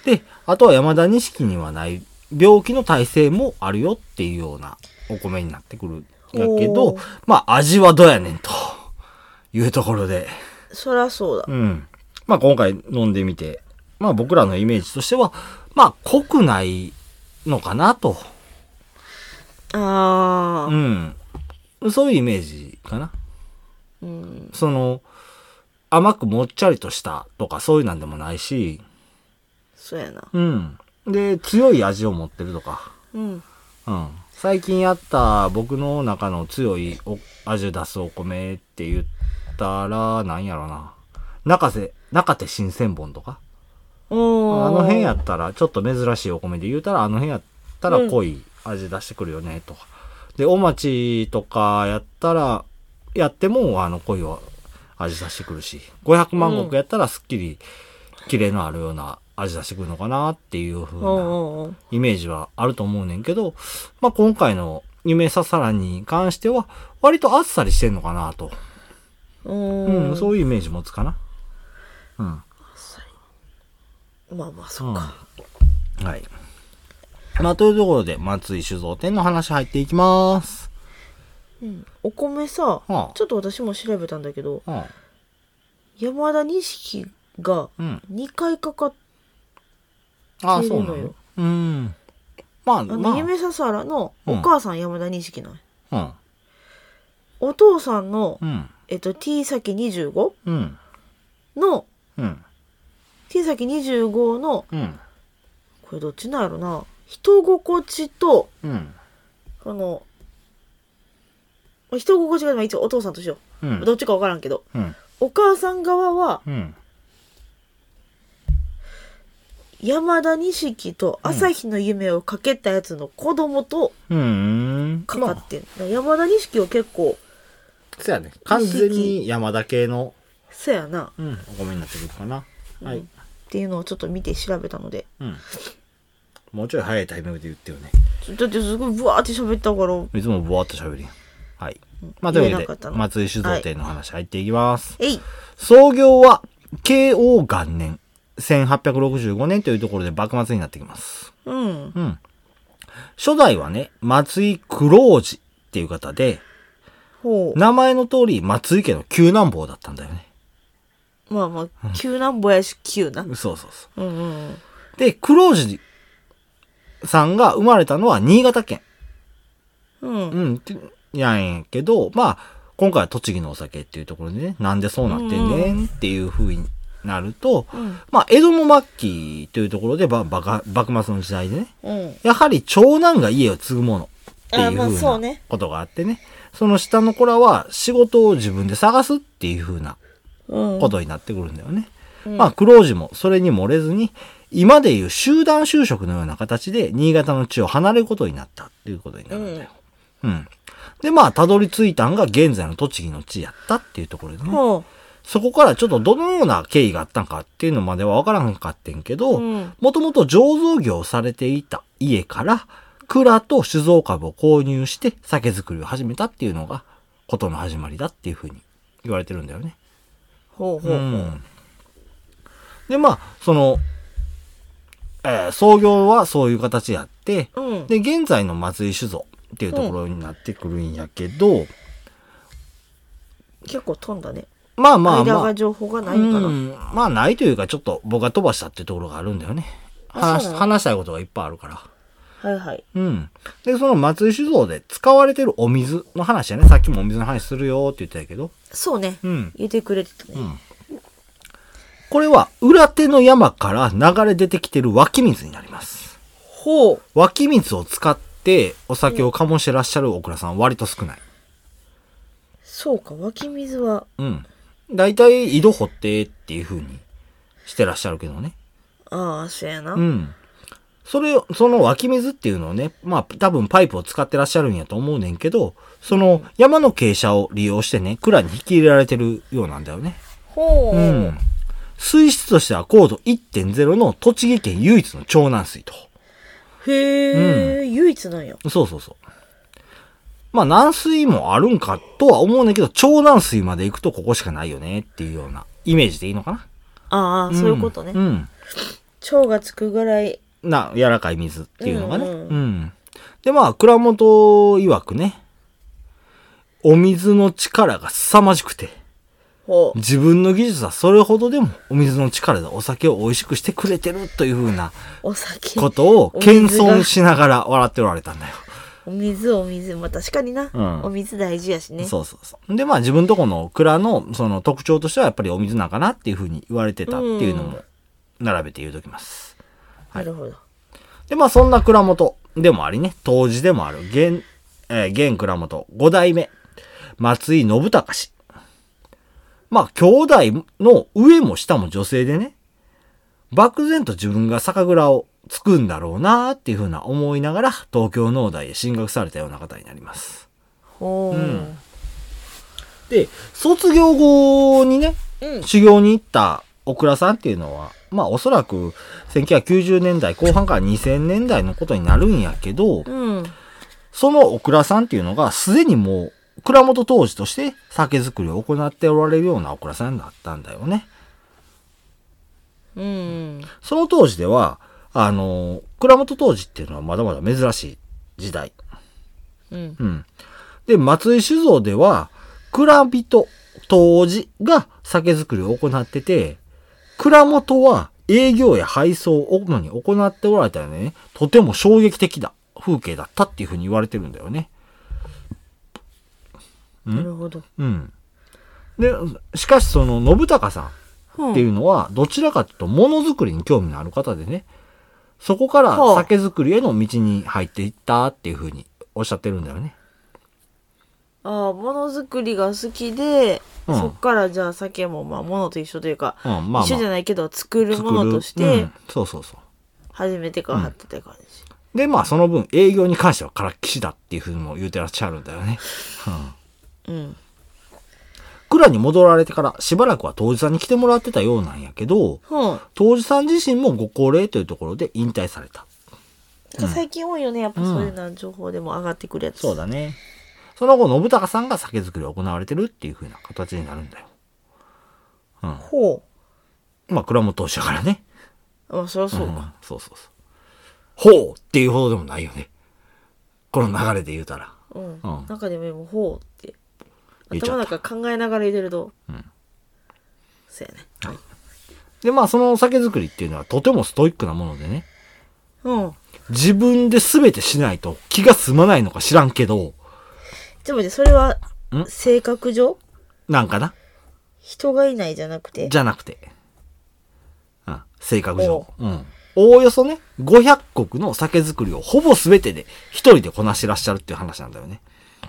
[SPEAKER 1] で、あとは山田錦にはない病気の耐性もあるよっていうようなお米になってくるんだけ
[SPEAKER 2] お
[SPEAKER 1] ど
[SPEAKER 2] ー、
[SPEAKER 1] まあ味はどうやねんというところで、
[SPEAKER 2] そりゃそうだ。
[SPEAKER 1] うん。まあ今回飲んでみて、まあ僕らのイメージとしては、まあ濃くないのかなと。
[SPEAKER 2] あ
[SPEAKER 1] う
[SPEAKER 2] あ、
[SPEAKER 1] ん。そういうイメージかな。
[SPEAKER 2] うん、
[SPEAKER 1] その、甘くもっちゃりとしたとかそういうなんでもないし、
[SPEAKER 2] そうやな。
[SPEAKER 1] うん。で、強い味を持ってるとか。
[SPEAKER 2] うん。
[SPEAKER 1] うん。最近やった僕の中の強いお味を出すお米って言ったら、なんやろな。中瀬、中手新鮮本とか
[SPEAKER 2] おー
[SPEAKER 1] あの辺やったら、ちょっと珍しいお米で言うたら、あの辺やったら濃い味出してくるよね、とか。で、お町とかやったら、やっても、あの、濃い味出してくるし、500万石やったらすっきり、キレのあるような味出してくるのかなっていう風
[SPEAKER 2] おー
[SPEAKER 1] な
[SPEAKER 2] おー
[SPEAKER 1] イメージはあると思うねんけど、まあ、今回の夢ささらに関しては、割とあっさりしてんのかなと。
[SPEAKER 2] おー
[SPEAKER 1] うん、
[SPEAKER 2] う
[SPEAKER 1] そういうイメージ持つかな。うん。
[SPEAKER 2] ん。まあまあ、そっか。
[SPEAKER 1] はい。まあ、というところで、松井酒造店の話入っていきます。
[SPEAKER 2] うん、お米さ、
[SPEAKER 1] あ
[SPEAKER 2] ちょっと私も調べたんだけど、
[SPEAKER 1] あ
[SPEAKER 2] 山田錦が
[SPEAKER 1] うん。
[SPEAKER 2] 2回かかっ
[SPEAKER 1] ああ、
[SPEAKER 2] 切れ
[SPEAKER 1] そ
[SPEAKER 2] る
[SPEAKER 1] うな
[SPEAKER 2] の
[SPEAKER 1] の
[SPEAKER 2] よ。
[SPEAKER 1] うん。まあ、
[SPEAKER 2] あの、
[SPEAKER 1] まあ、うん。
[SPEAKER 2] 夢ささらのお母さん山田錦なんや
[SPEAKER 1] うん。
[SPEAKER 2] お父さんの、
[SPEAKER 1] うん。
[SPEAKER 2] えっと、T 先25
[SPEAKER 1] うん。
[SPEAKER 2] の、
[SPEAKER 1] うん。
[SPEAKER 2] T 先25の、
[SPEAKER 1] うん。
[SPEAKER 2] これどっちなんやろな、人心地と、
[SPEAKER 1] うん。
[SPEAKER 2] この、まあ人心地が、まあ、一応お父さんとしよ
[SPEAKER 1] う
[SPEAKER 2] う。
[SPEAKER 1] ん。
[SPEAKER 2] どっちかわからんけど、
[SPEAKER 1] うん。
[SPEAKER 2] お母さん側は
[SPEAKER 1] うん。
[SPEAKER 2] 山田錦と朝日の夢をかけたやつの子供と
[SPEAKER 1] うん。
[SPEAKER 2] かか
[SPEAKER 1] まあ、
[SPEAKER 2] ってん。だから山田錦は結構、
[SPEAKER 1] そうやね。完全に山田系の、
[SPEAKER 2] せやな、
[SPEAKER 1] うん、お米になってくるかな。は
[SPEAKER 2] う
[SPEAKER 1] い
[SPEAKER 2] ん。っていうのをちょっと見て調べたので。
[SPEAKER 1] うん。もうちょい早いタイミングで言ってよね。
[SPEAKER 2] ちょだってすごいブワーって喋ったから、
[SPEAKER 1] いつもぼわっと喋るやん。はい。まあ、と
[SPEAKER 2] 言
[SPEAKER 1] い
[SPEAKER 2] え
[SPEAKER 1] うわけ
[SPEAKER 2] なかっ
[SPEAKER 1] で
[SPEAKER 2] た、の
[SPEAKER 1] 松井酒造店の話入っていきます。
[SPEAKER 2] えい
[SPEAKER 1] 創業は慶応元年1865年というところで幕末になってきます。
[SPEAKER 2] うん。
[SPEAKER 1] うん。初代はね、松井九郎次っていう方で、
[SPEAKER 2] ほ
[SPEAKER 1] 名前の通り松井家の旧南坊だったんだよね。
[SPEAKER 2] う。まあまあ、急なんぼやし、急な。うん
[SPEAKER 1] そうそうそ
[SPEAKER 2] うんうん。
[SPEAKER 1] う。で、九郎次さんが生まれたのは新潟県。
[SPEAKER 2] うん。
[SPEAKER 1] うん、ってやんやけど、まあ、今回は栃木のお酒っていうところでね、なんでそうなってんねんっていう風になると、
[SPEAKER 2] うん。
[SPEAKER 1] まあ、江戸の末期というところで、ば、ばか、幕末の時代でね、
[SPEAKER 2] うん。
[SPEAKER 1] やはり長男が家を継ぐものってい
[SPEAKER 2] あ
[SPEAKER 1] う
[SPEAKER 2] まあ
[SPEAKER 1] ふ
[SPEAKER 2] そうう
[SPEAKER 1] な
[SPEAKER 2] ね
[SPEAKER 1] ことがあってね、その下の子らは仕事を自分で探すっていうふうな
[SPEAKER 2] うん。
[SPEAKER 1] ことになってくるんだよね。まあ、クロージもそれに漏れずに、今でいう集団就職のような形で新潟の地を離れることになったっていうことにな
[SPEAKER 2] う
[SPEAKER 1] るんだよ。
[SPEAKER 2] ん。
[SPEAKER 1] うん。で、まあ、たどり着いたんが現在の栃木の地やったっていうところでね。
[SPEAKER 2] ほ
[SPEAKER 1] そこからちょっとどのような経緯があったんかっていうのまではわからんかってんけ
[SPEAKER 2] う。
[SPEAKER 1] ど、
[SPEAKER 2] うん。
[SPEAKER 1] もともと醸造業をされていた家から、蔵と酒造株を購入して酒造りを始めたっていうのが、ことの始まりだっていうふうに言われてるんだよね。
[SPEAKER 2] ほうほうほう。
[SPEAKER 1] で、まあ、その、えー創業はそういう形やって、
[SPEAKER 2] うん。
[SPEAKER 1] で、現在の松井酒造っていうところになってくるんやけど、
[SPEAKER 2] 結構飛んだね。
[SPEAKER 1] まあまあま
[SPEAKER 2] 間
[SPEAKER 1] あ、
[SPEAKER 2] が情報がないんか
[SPEAKER 1] う
[SPEAKER 2] な。
[SPEAKER 1] んまあないというか、ちょっと僕が飛ばしたっていうところがあるんだよね。
[SPEAKER 2] あ
[SPEAKER 1] 話
[SPEAKER 2] そうなの
[SPEAKER 1] 話したいことがいっぱいあるから。
[SPEAKER 2] はいはい。
[SPEAKER 1] うん。で、その松井酒造で使われてるお水の話やね。さっきもお水の話するよって言ってたけど。
[SPEAKER 2] そうね。
[SPEAKER 1] うん。
[SPEAKER 2] 言ってくれてたね。
[SPEAKER 1] これは裏手の山から流れ出てきてる湧き水になります。
[SPEAKER 2] ほう。
[SPEAKER 1] 湧き水を使ってお酒を醸してらっしゃる大倉さんは割と少ない。
[SPEAKER 2] そうか、湧き水は。
[SPEAKER 1] うん。大体井戸掘ってっていう風にしてらっしゃるけどね。
[SPEAKER 2] ああ、そうやな。
[SPEAKER 1] う。
[SPEAKER 2] うん
[SPEAKER 1] それを、その湧き水っていうのをね、まあ多分パイプを使ってらっしゃるんやと思うねんけど、その山の傾斜を利用してね、蔵に引き入れられてるようなんだよね。
[SPEAKER 2] ほう。
[SPEAKER 1] うん。水質としては高度1.0の栃木県唯一の長南水と。
[SPEAKER 2] へえ、唯一なんや。
[SPEAKER 1] そうそうそう。まあ軟水もあるんかとは思うねんけど、長南水まで行くとここしかないよねっていうようなイメージでいいのか
[SPEAKER 2] ああ、
[SPEAKER 1] な。
[SPEAKER 2] そういうことね
[SPEAKER 1] う。ん。
[SPEAKER 2] 蝶がつくぐらい。
[SPEAKER 1] な、柔らかい水っていうのがね。
[SPEAKER 2] うんう
[SPEAKER 1] うん。で、まあ、蔵元曰くね、お水の力が凄まじくて、
[SPEAKER 2] ほう
[SPEAKER 1] 自分の技術はそれほどでもお水の力でお酒を美味しくしてくれてるというふうな
[SPEAKER 2] お酒
[SPEAKER 1] ことを
[SPEAKER 2] お水が
[SPEAKER 1] 謙遜しながら笑っておられたんだよ。
[SPEAKER 2] お水お水まあ確かにな、
[SPEAKER 1] うん
[SPEAKER 2] お水大事やしね
[SPEAKER 1] そうそうそう。で、まあ自分とこの蔵のその特徴としてはやっぱりお水なんかなっていうふうに言われてたっていうのも並べて言うときます。
[SPEAKER 2] なるほど
[SPEAKER 1] で、まあそんな蔵元でもありね、当時でもある、現、えー現蔵元5代目、松井信孝氏。まあ兄弟の上も下も女性でね、漠然と自分が酒蔵をつくんだろうなーっていうふうな思いながら東京農大へ進学されたような方になります。
[SPEAKER 2] ほう、
[SPEAKER 1] んで、卒業後にね、
[SPEAKER 2] うん
[SPEAKER 1] 修行に行った小倉さんっていうのは、まあおそらく1990年代後半から2000年代のことになるんやけど、
[SPEAKER 2] うん
[SPEAKER 1] その小倉さんっていうのがすでにもう蔵元当時として酒造りを行っておられるような小倉さんだったんだよね。
[SPEAKER 2] うん
[SPEAKER 1] その当時では、あの、蔵元当時っていうのはまだまだ珍しい時代。
[SPEAKER 2] うん
[SPEAKER 1] うん。で、松井酒造では、蔵人、当時が酒造りを行ってて、蔵元は営業や配送を主に行っておられたよね、とても衝撃的だ、風景だったっていうふうに言われてるんだよね。
[SPEAKER 2] なるほど
[SPEAKER 1] うん。で、しかしその、信孝さん
[SPEAKER 2] っ
[SPEAKER 1] っていうのは、どちらかというと、ものづくりに興味のある方でね、そこから
[SPEAKER 2] はあ
[SPEAKER 1] 酒造りへの道に入っていったっていうふうにおっしゃってるんだよね。
[SPEAKER 2] ああものづくりが好きで、
[SPEAKER 1] うん
[SPEAKER 2] そっからじゃあ酒もまあものと一緒というか、
[SPEAKER 1] うん、まあ、まあ。
[SPEAKER 2] 一緒じゃないけど作るも
[SPEAKER 1] 作
[SPEAKER 2] の
[SPEAKER 1] る
[SPEAKER 2] とし
[SPEAKER 1] う
[SPEAKER 2] て
[SPEAKER 1] んそうそうそう。
[SPEAKER 2] 初めてから張ってた感じ、
[SPEAKER 1] で、まあ、その分、営業に関してはからっきしだっていうふうにも言うてらっしゃるんだよね。
[SPEAKER 2] うん
[SPEAKER 1] 蔵に戻られてから、しばらくは当時さんに来てもらってたようなんやけど、
[SPEAKER 2] うん、
[SPEAKER 1] 当時さん自身もご高齢というところで引退された。
[SPEAKER 2] なんか最近多いよねやっぱそういうな情報でも上がってくるやつ、
[SPEAKER 1] そうだね。その後、信孝さんが酒造りを行われてるっていうふうな形になるんだよ。
[SPEAKER 2] ほ
[SPEAKER 1] まあ、蔵元当主やからね。
[SPEAKER 2] うまあそりゃそう
[SPEAKER 1] うん
[SPEAKER 2] か、
[SPEAKER 1] そうそうそう。ほうっていうほどでもないよね。この流れで言うたら。
[SPEAKER 2] うん
[SPEAKER 1] うん
[SPEAKER 2] なんかでも今ほうって
[SPEAKER 1] 言っちゃ
[SPEAKER 2] 頭
[SPEAKER 1] っ
[SPEAKER 2] の
[SPEAKER 1] た
[SPEAKER 2] 中考えながら入れると、そうやね
[SPEAKER 1] で、まあ、その酒造りっていうのはとてもストイックなものでね。
[SPEAKER 2] うん
[SPEAKER 1] 自分で全てしないと気が済まないのか知らんけど、
[SPEAKER 2] ちょっと待ってそれは
[SPEAKER 1] ん
[SPEAKER 2] 性格上
[SPEAKER 1] なんかな
[SPEAKER 2] 人がいないじゃなくて
[SPEAKER 1] じゃなくて。うん、性格上
[SPEAKER 2] お。
[SPEAKER 1] うん。おおよそね、500国の酒造りをほぼ全てで一人でこなしてらっしゃるっていう話なんだよね。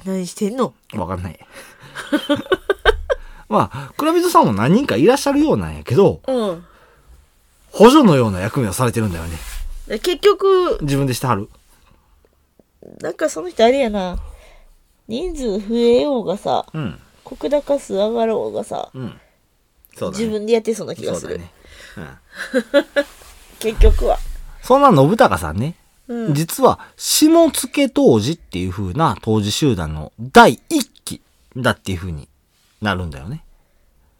[SPEAKER 2] 何してんの
[SPEAKER 1] わかんない。 まあ、倉水さんも何人かいらっしゃるようなんやけど、
[SPEAKER 2] うん
[SPEAKER 1] 補助のような役目をされてるんだよね。
[SPEAKER 2] で結局
[SPEAKER 1] 自分でしてはる。
[SPEAKER 2] なんかその人あれやな人数増えようがさ
[SPEAKER 1] うん。
[SPEAKER 2] 国高数上がろうがさ、
[SPEAKER 1] うん。そうだね。
[SPEAKER 2] 自分でやってそうな気がす
[SPEAKER 1] そうだ
[SPEAKER 2] る、
[SPEAKER 1] ね。うん。
[SPEAKER 2] 結局は
[SPEAKER 1] そんな信孝さんね、
[SPEAKER 2] うん
[SPEAKER 1] 実は、下付当時っていう風な当時集団の第一期だっていう風になるんだよね。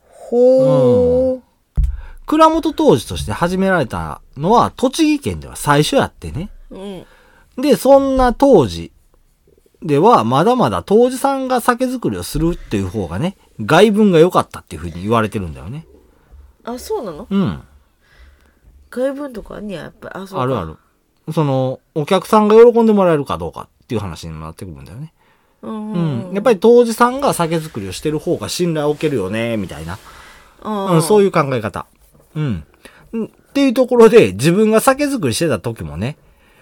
[SPEAKER 2] ほう
[SPEAKER 1] 蔵元当時として始められたのは、栃木県では最初やってね。
[SPEAKER 2] うん
[SPEAKER 1] で、そんな当時では、まだまだ当時さんが酒造りをするっていう方がね、外文が良かったっていう風に言われてるんだよね。
[SPEAKER 2] あそうなの
[SPEAKER 1] うん。
[SPEAKER 2] 外文とかあんねややっぱりあそうか
[SPEAKER 1] あるある。その、お客さんが喜んでもらえるかどうかっていう話にもなってくるんだよね。
[SPEAKER 2] うんう、
[SPEAKER 1] うんん、やっぱり当時さんが酒造りをしてる方が信頼を受けるよね、みたいな。
[SPEAKER 2] あ
[SPEAKER 1] うん、そう
[SPEAKER 2] いう
[SPEAKER 1] いう考え方。うん。うんっていうところで、自分が酒造りしてた時もね、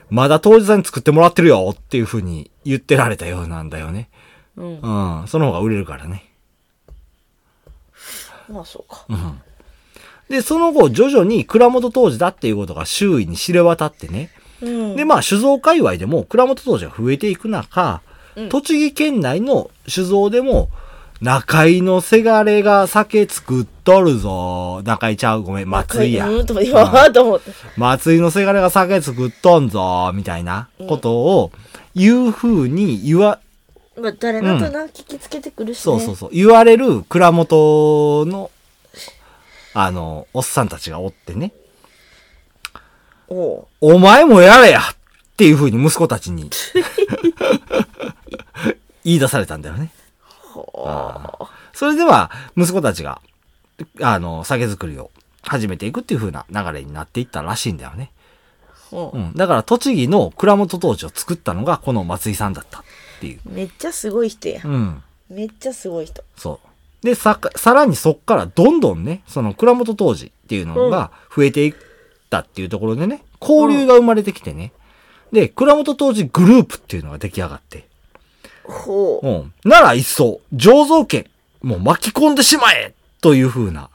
[SPEAKER 1] まだ当時さんに作ってもらってるよっていう風に言ってられたようなんだよね。
[SPEAKER 2] う、ん、
[SPEAKER 1] うん、その方が売れるからね。
[SPEAKER 2] まあそうか
[SPEAKER 1] で、その後、徐々に蔵元当時だっていうことが周囲に知れ渡ってね。
[SPEAKER 2] うん
[SPEAKER 1] で、まあ、酒造界隈でも蔵元当時が増えていく中、
[SPEAKER 2] うん
[SPEAKER 1] 栃木県内の酒造でも、中井のせがれが酒作っとるぞ。中井ちゃう、ごめん、松井や。
[SPEAKER 2] うんとか言わんと思って
[SPEAKER 1] 松井のせがれが酒作っとんぞ、みたいなことを、いう風に言わ、
[SPEAKER 2] まあ誰なとな、聞きつけてくるし、ね、
[SPEAKER 1] そうそうそう、言われる蔵元の、あの、おっさんたちがおってね、
[SPEAKER 2] おう
[SPEAKER 1] お前もやれやっていう風に息子たちに、 言い出されたんだよね。
[SPEAKER 2] ほう
[SPEAKER 1] それでは、息子たちが、あの、酒造りを始めていくっていう風な流れになっていったらしいんだよね。
[SPEAKER 2] ほ
[SPEAKER 1] うん。だから、栃木の蔵元当時を作ったのが、この松井さんだったっていう。
[SPEAKER 2] うめっちゃすごい人や、
[SPEAKER 1] うん。
[SPEAKER 2] めっちゃすごい人
[SPEAKER 1] そう。で、さ、さらにそっからどんどんね、その蔵元当時っていうのが増えていったっていうところでね、交流が生まれてきてね。で、蔵元当時グループっていうのが出来上がって。
[SPEAKER 2] ほう
[SPEAKER 1] うん。なら一層、醸造権、もう巻き込んでしまえという風 な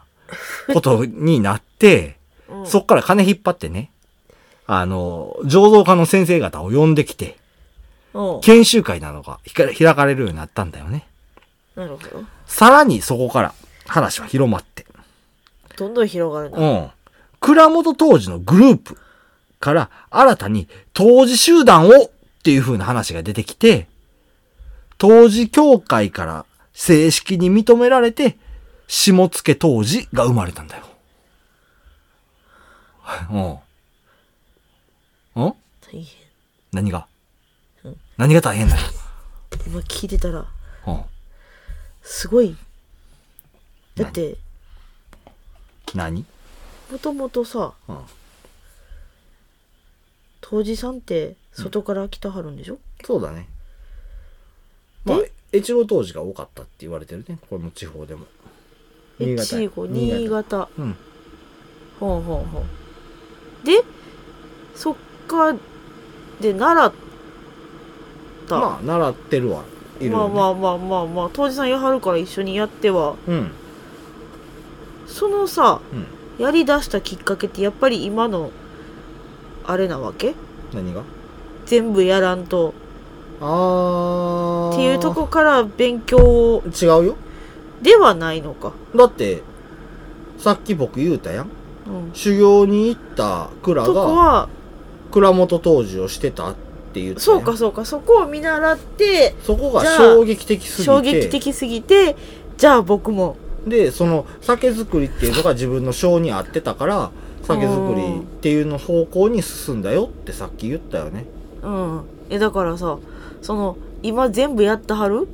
[SPEAKER 1] ことになって、
[SPEAKER 2] うん
[SPEAKER 1] そっから金引っ張ってね、あの、醸造家の先生方を呼んできて、
[SPEAKER 2] うん
[SPEAKER 1] 研修会などがひか開かれるようになったんだよね。
[SPEAKER 2] なるほど
[SPEAKER 1] さらにそこから話は広まって、
[SPEAKER 2] どんどん広がるな、
[SPEAKER 1] うん。蔵元当時のグループから新たに当時集団をっていう風な話が出てきて、当時協会から正式に認められて、下野当時が生まれたんだよ。 うん。ん
[SPEAKER 2] 大変
[SPEAKER 1] 何が何が大変だよ。
[SPEAKER 2] 今聞いてたら
[SPEAKER 1] うん。
[SPEAKER 2] すごいだって
[SPEAKER 1] 何
[SPEAKER 2] もともとさ
[SPEAKER 1] うん。
[SPEAKER 2] 当時さんって外から来たはるんでしょ、
[SPEAKER 1] そうだね。まあ、越後当時が多かったって言われてるね。この地方でも。
[SPEAKER 2] えちご新潟
[SPEAKER 1] うん。
[SPEAKER 2] ほうほうほうでそっかで習った、
[SPEAKER 1] まあ、習ってるわ。いる
[SPEAKER 2] ま
[SPEAKER 1] よ
[SPEAKER 2] あ
[SPEAKER 1] ね
[SPEAKER 2] まあまあまあまあ当時さんやはるから一緒にやっては
[SPEAKER 1] うん。
[SPEAKER 2] そのさ
[SPEAKER 1] うん。
[SPEAKER 2] やりだしたきっかけってやっぱり今のあれなわけ
[SPEAKER 1] 何が
[SPEAKER 2] 全部やらんと
[SPEAKER 1] あー。
[SPEAKER 2] っていうとこから勉強
[SPEAKER 1] 違うよ。
[SPEAKER 2] ではないのか、
[SPEAKER 1] だって、さっき僕言うたやん。
[SPEAKER 2] うん、
[SPEAKER 1] 修行に行った蔵
[SPEAKER 2] と
[SPEAKER 1] が、
[SPEAKER 2] こは
[SPEAKER 1] 蔵元当時をしてたって言ったやん
[SPEAKER 2] そうか。そうかそこを見習って
[SPEAKER 1] そこが
[SPEAKER 2] じゃあ
[SPEAKER 1] 衝撃的すぎて。
[SPEAKER 2] 衝撃的すぎてじゃあ僕も
[SPEAKER 1] でその酒造りっていうのが自分の性に合ってたから酒造りっていうの方向に進んだよってさっき言ったよね、
[SPEAKER 2] うんえだからさその今全部やってはる
[SPEAKER 1] うん、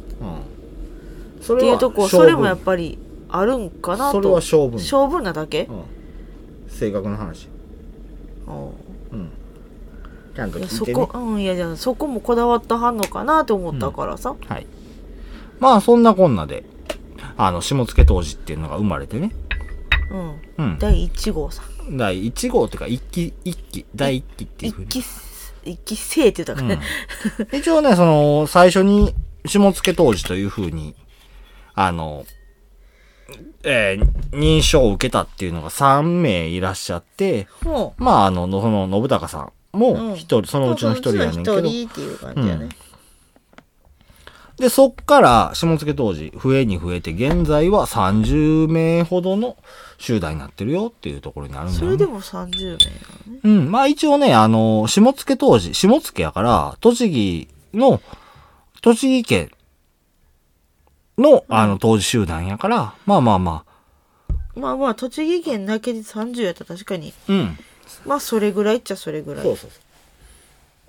[SPEAKER 1] そ
[SPEAKER 2] って
[SPEAKER 1] れ
[SPEAKER 2] い
[SPEAKER 1] は
[SPEAKER 2] うとこ
[SPEAKER 1] 性
[SPEAKER 2] それもやっ
[SPEAKER 1] 分
[SPEAKER 2] ぱりあるんかな
[SPEAKER 1] それ
[SPEAKER 2] と
[SPEAKER 1] は性分、
[SPEAKER 2] 性分なだけ
[SPEAKER 1] うん、正確な話、
[SPEAKER 2] うん
[SPEAKER 1] うん、ちゃんと
[SPEAKER 2] いや
[SPEAKER 1] 聞い
[SPEAKER 2] そ
[SPEAKER 1] てね
[SPEAKER 2] こうんいやじゃあそこもこだわったはんのかなと思ったからさ、
[SPEAKER 1] はいまあそんなこんなであの下野当時っていうのが生まれてね、
[SPEAKER 2] う
[SPEAKER 1] う
[SPEAKER 2] ん
[SPEAKER 1] ん、
[SPEAKER 2] 第1号さん
[SPEAKER 1] 第1号っていうか一期一期第一期っていう
[SPEAKER 2] 一
[SPEAKER 1] ふうに
[SPEAKER 2] 期一期生って言ったからね、
[SPEAKER 1] うん一応ね、その、最初に、下野当時というふうに、あの、えー認証を受けたっていうのが3名いらっしゃって、
[SPEAKER 2] も
[SPEAKER 1] まあ、あの、のその、信高さん
[SPEAKER 2] うん
[SPEAKER 1] も一人、そのうちの一人やねんけど、
[SPEAKER 2] 一人っていう感じやね、
[SPEAKER 1] で、そっから、下野当時、増えに増えて、現在は30名ほどの集団になってるよっていうところになるんだ
[SPEAKER 2] そ
[SPEAKER 1] よね。
[SPEAKER 2] れでも30名なのね
[SPEAKER 1] うん。まあ一応ね、あの、下野当時、下野やから、栃木の、栃木県の、あの、当時集団やから、まあまあまあ、
[SPEAKER 2] まあまあ栃木県だけで30やったら確かに
[SPEAKER 1] うん。
[SPEAKER 2] まあそれぐらいっちゃそれぐらい
[SPEAKER 1] そうそ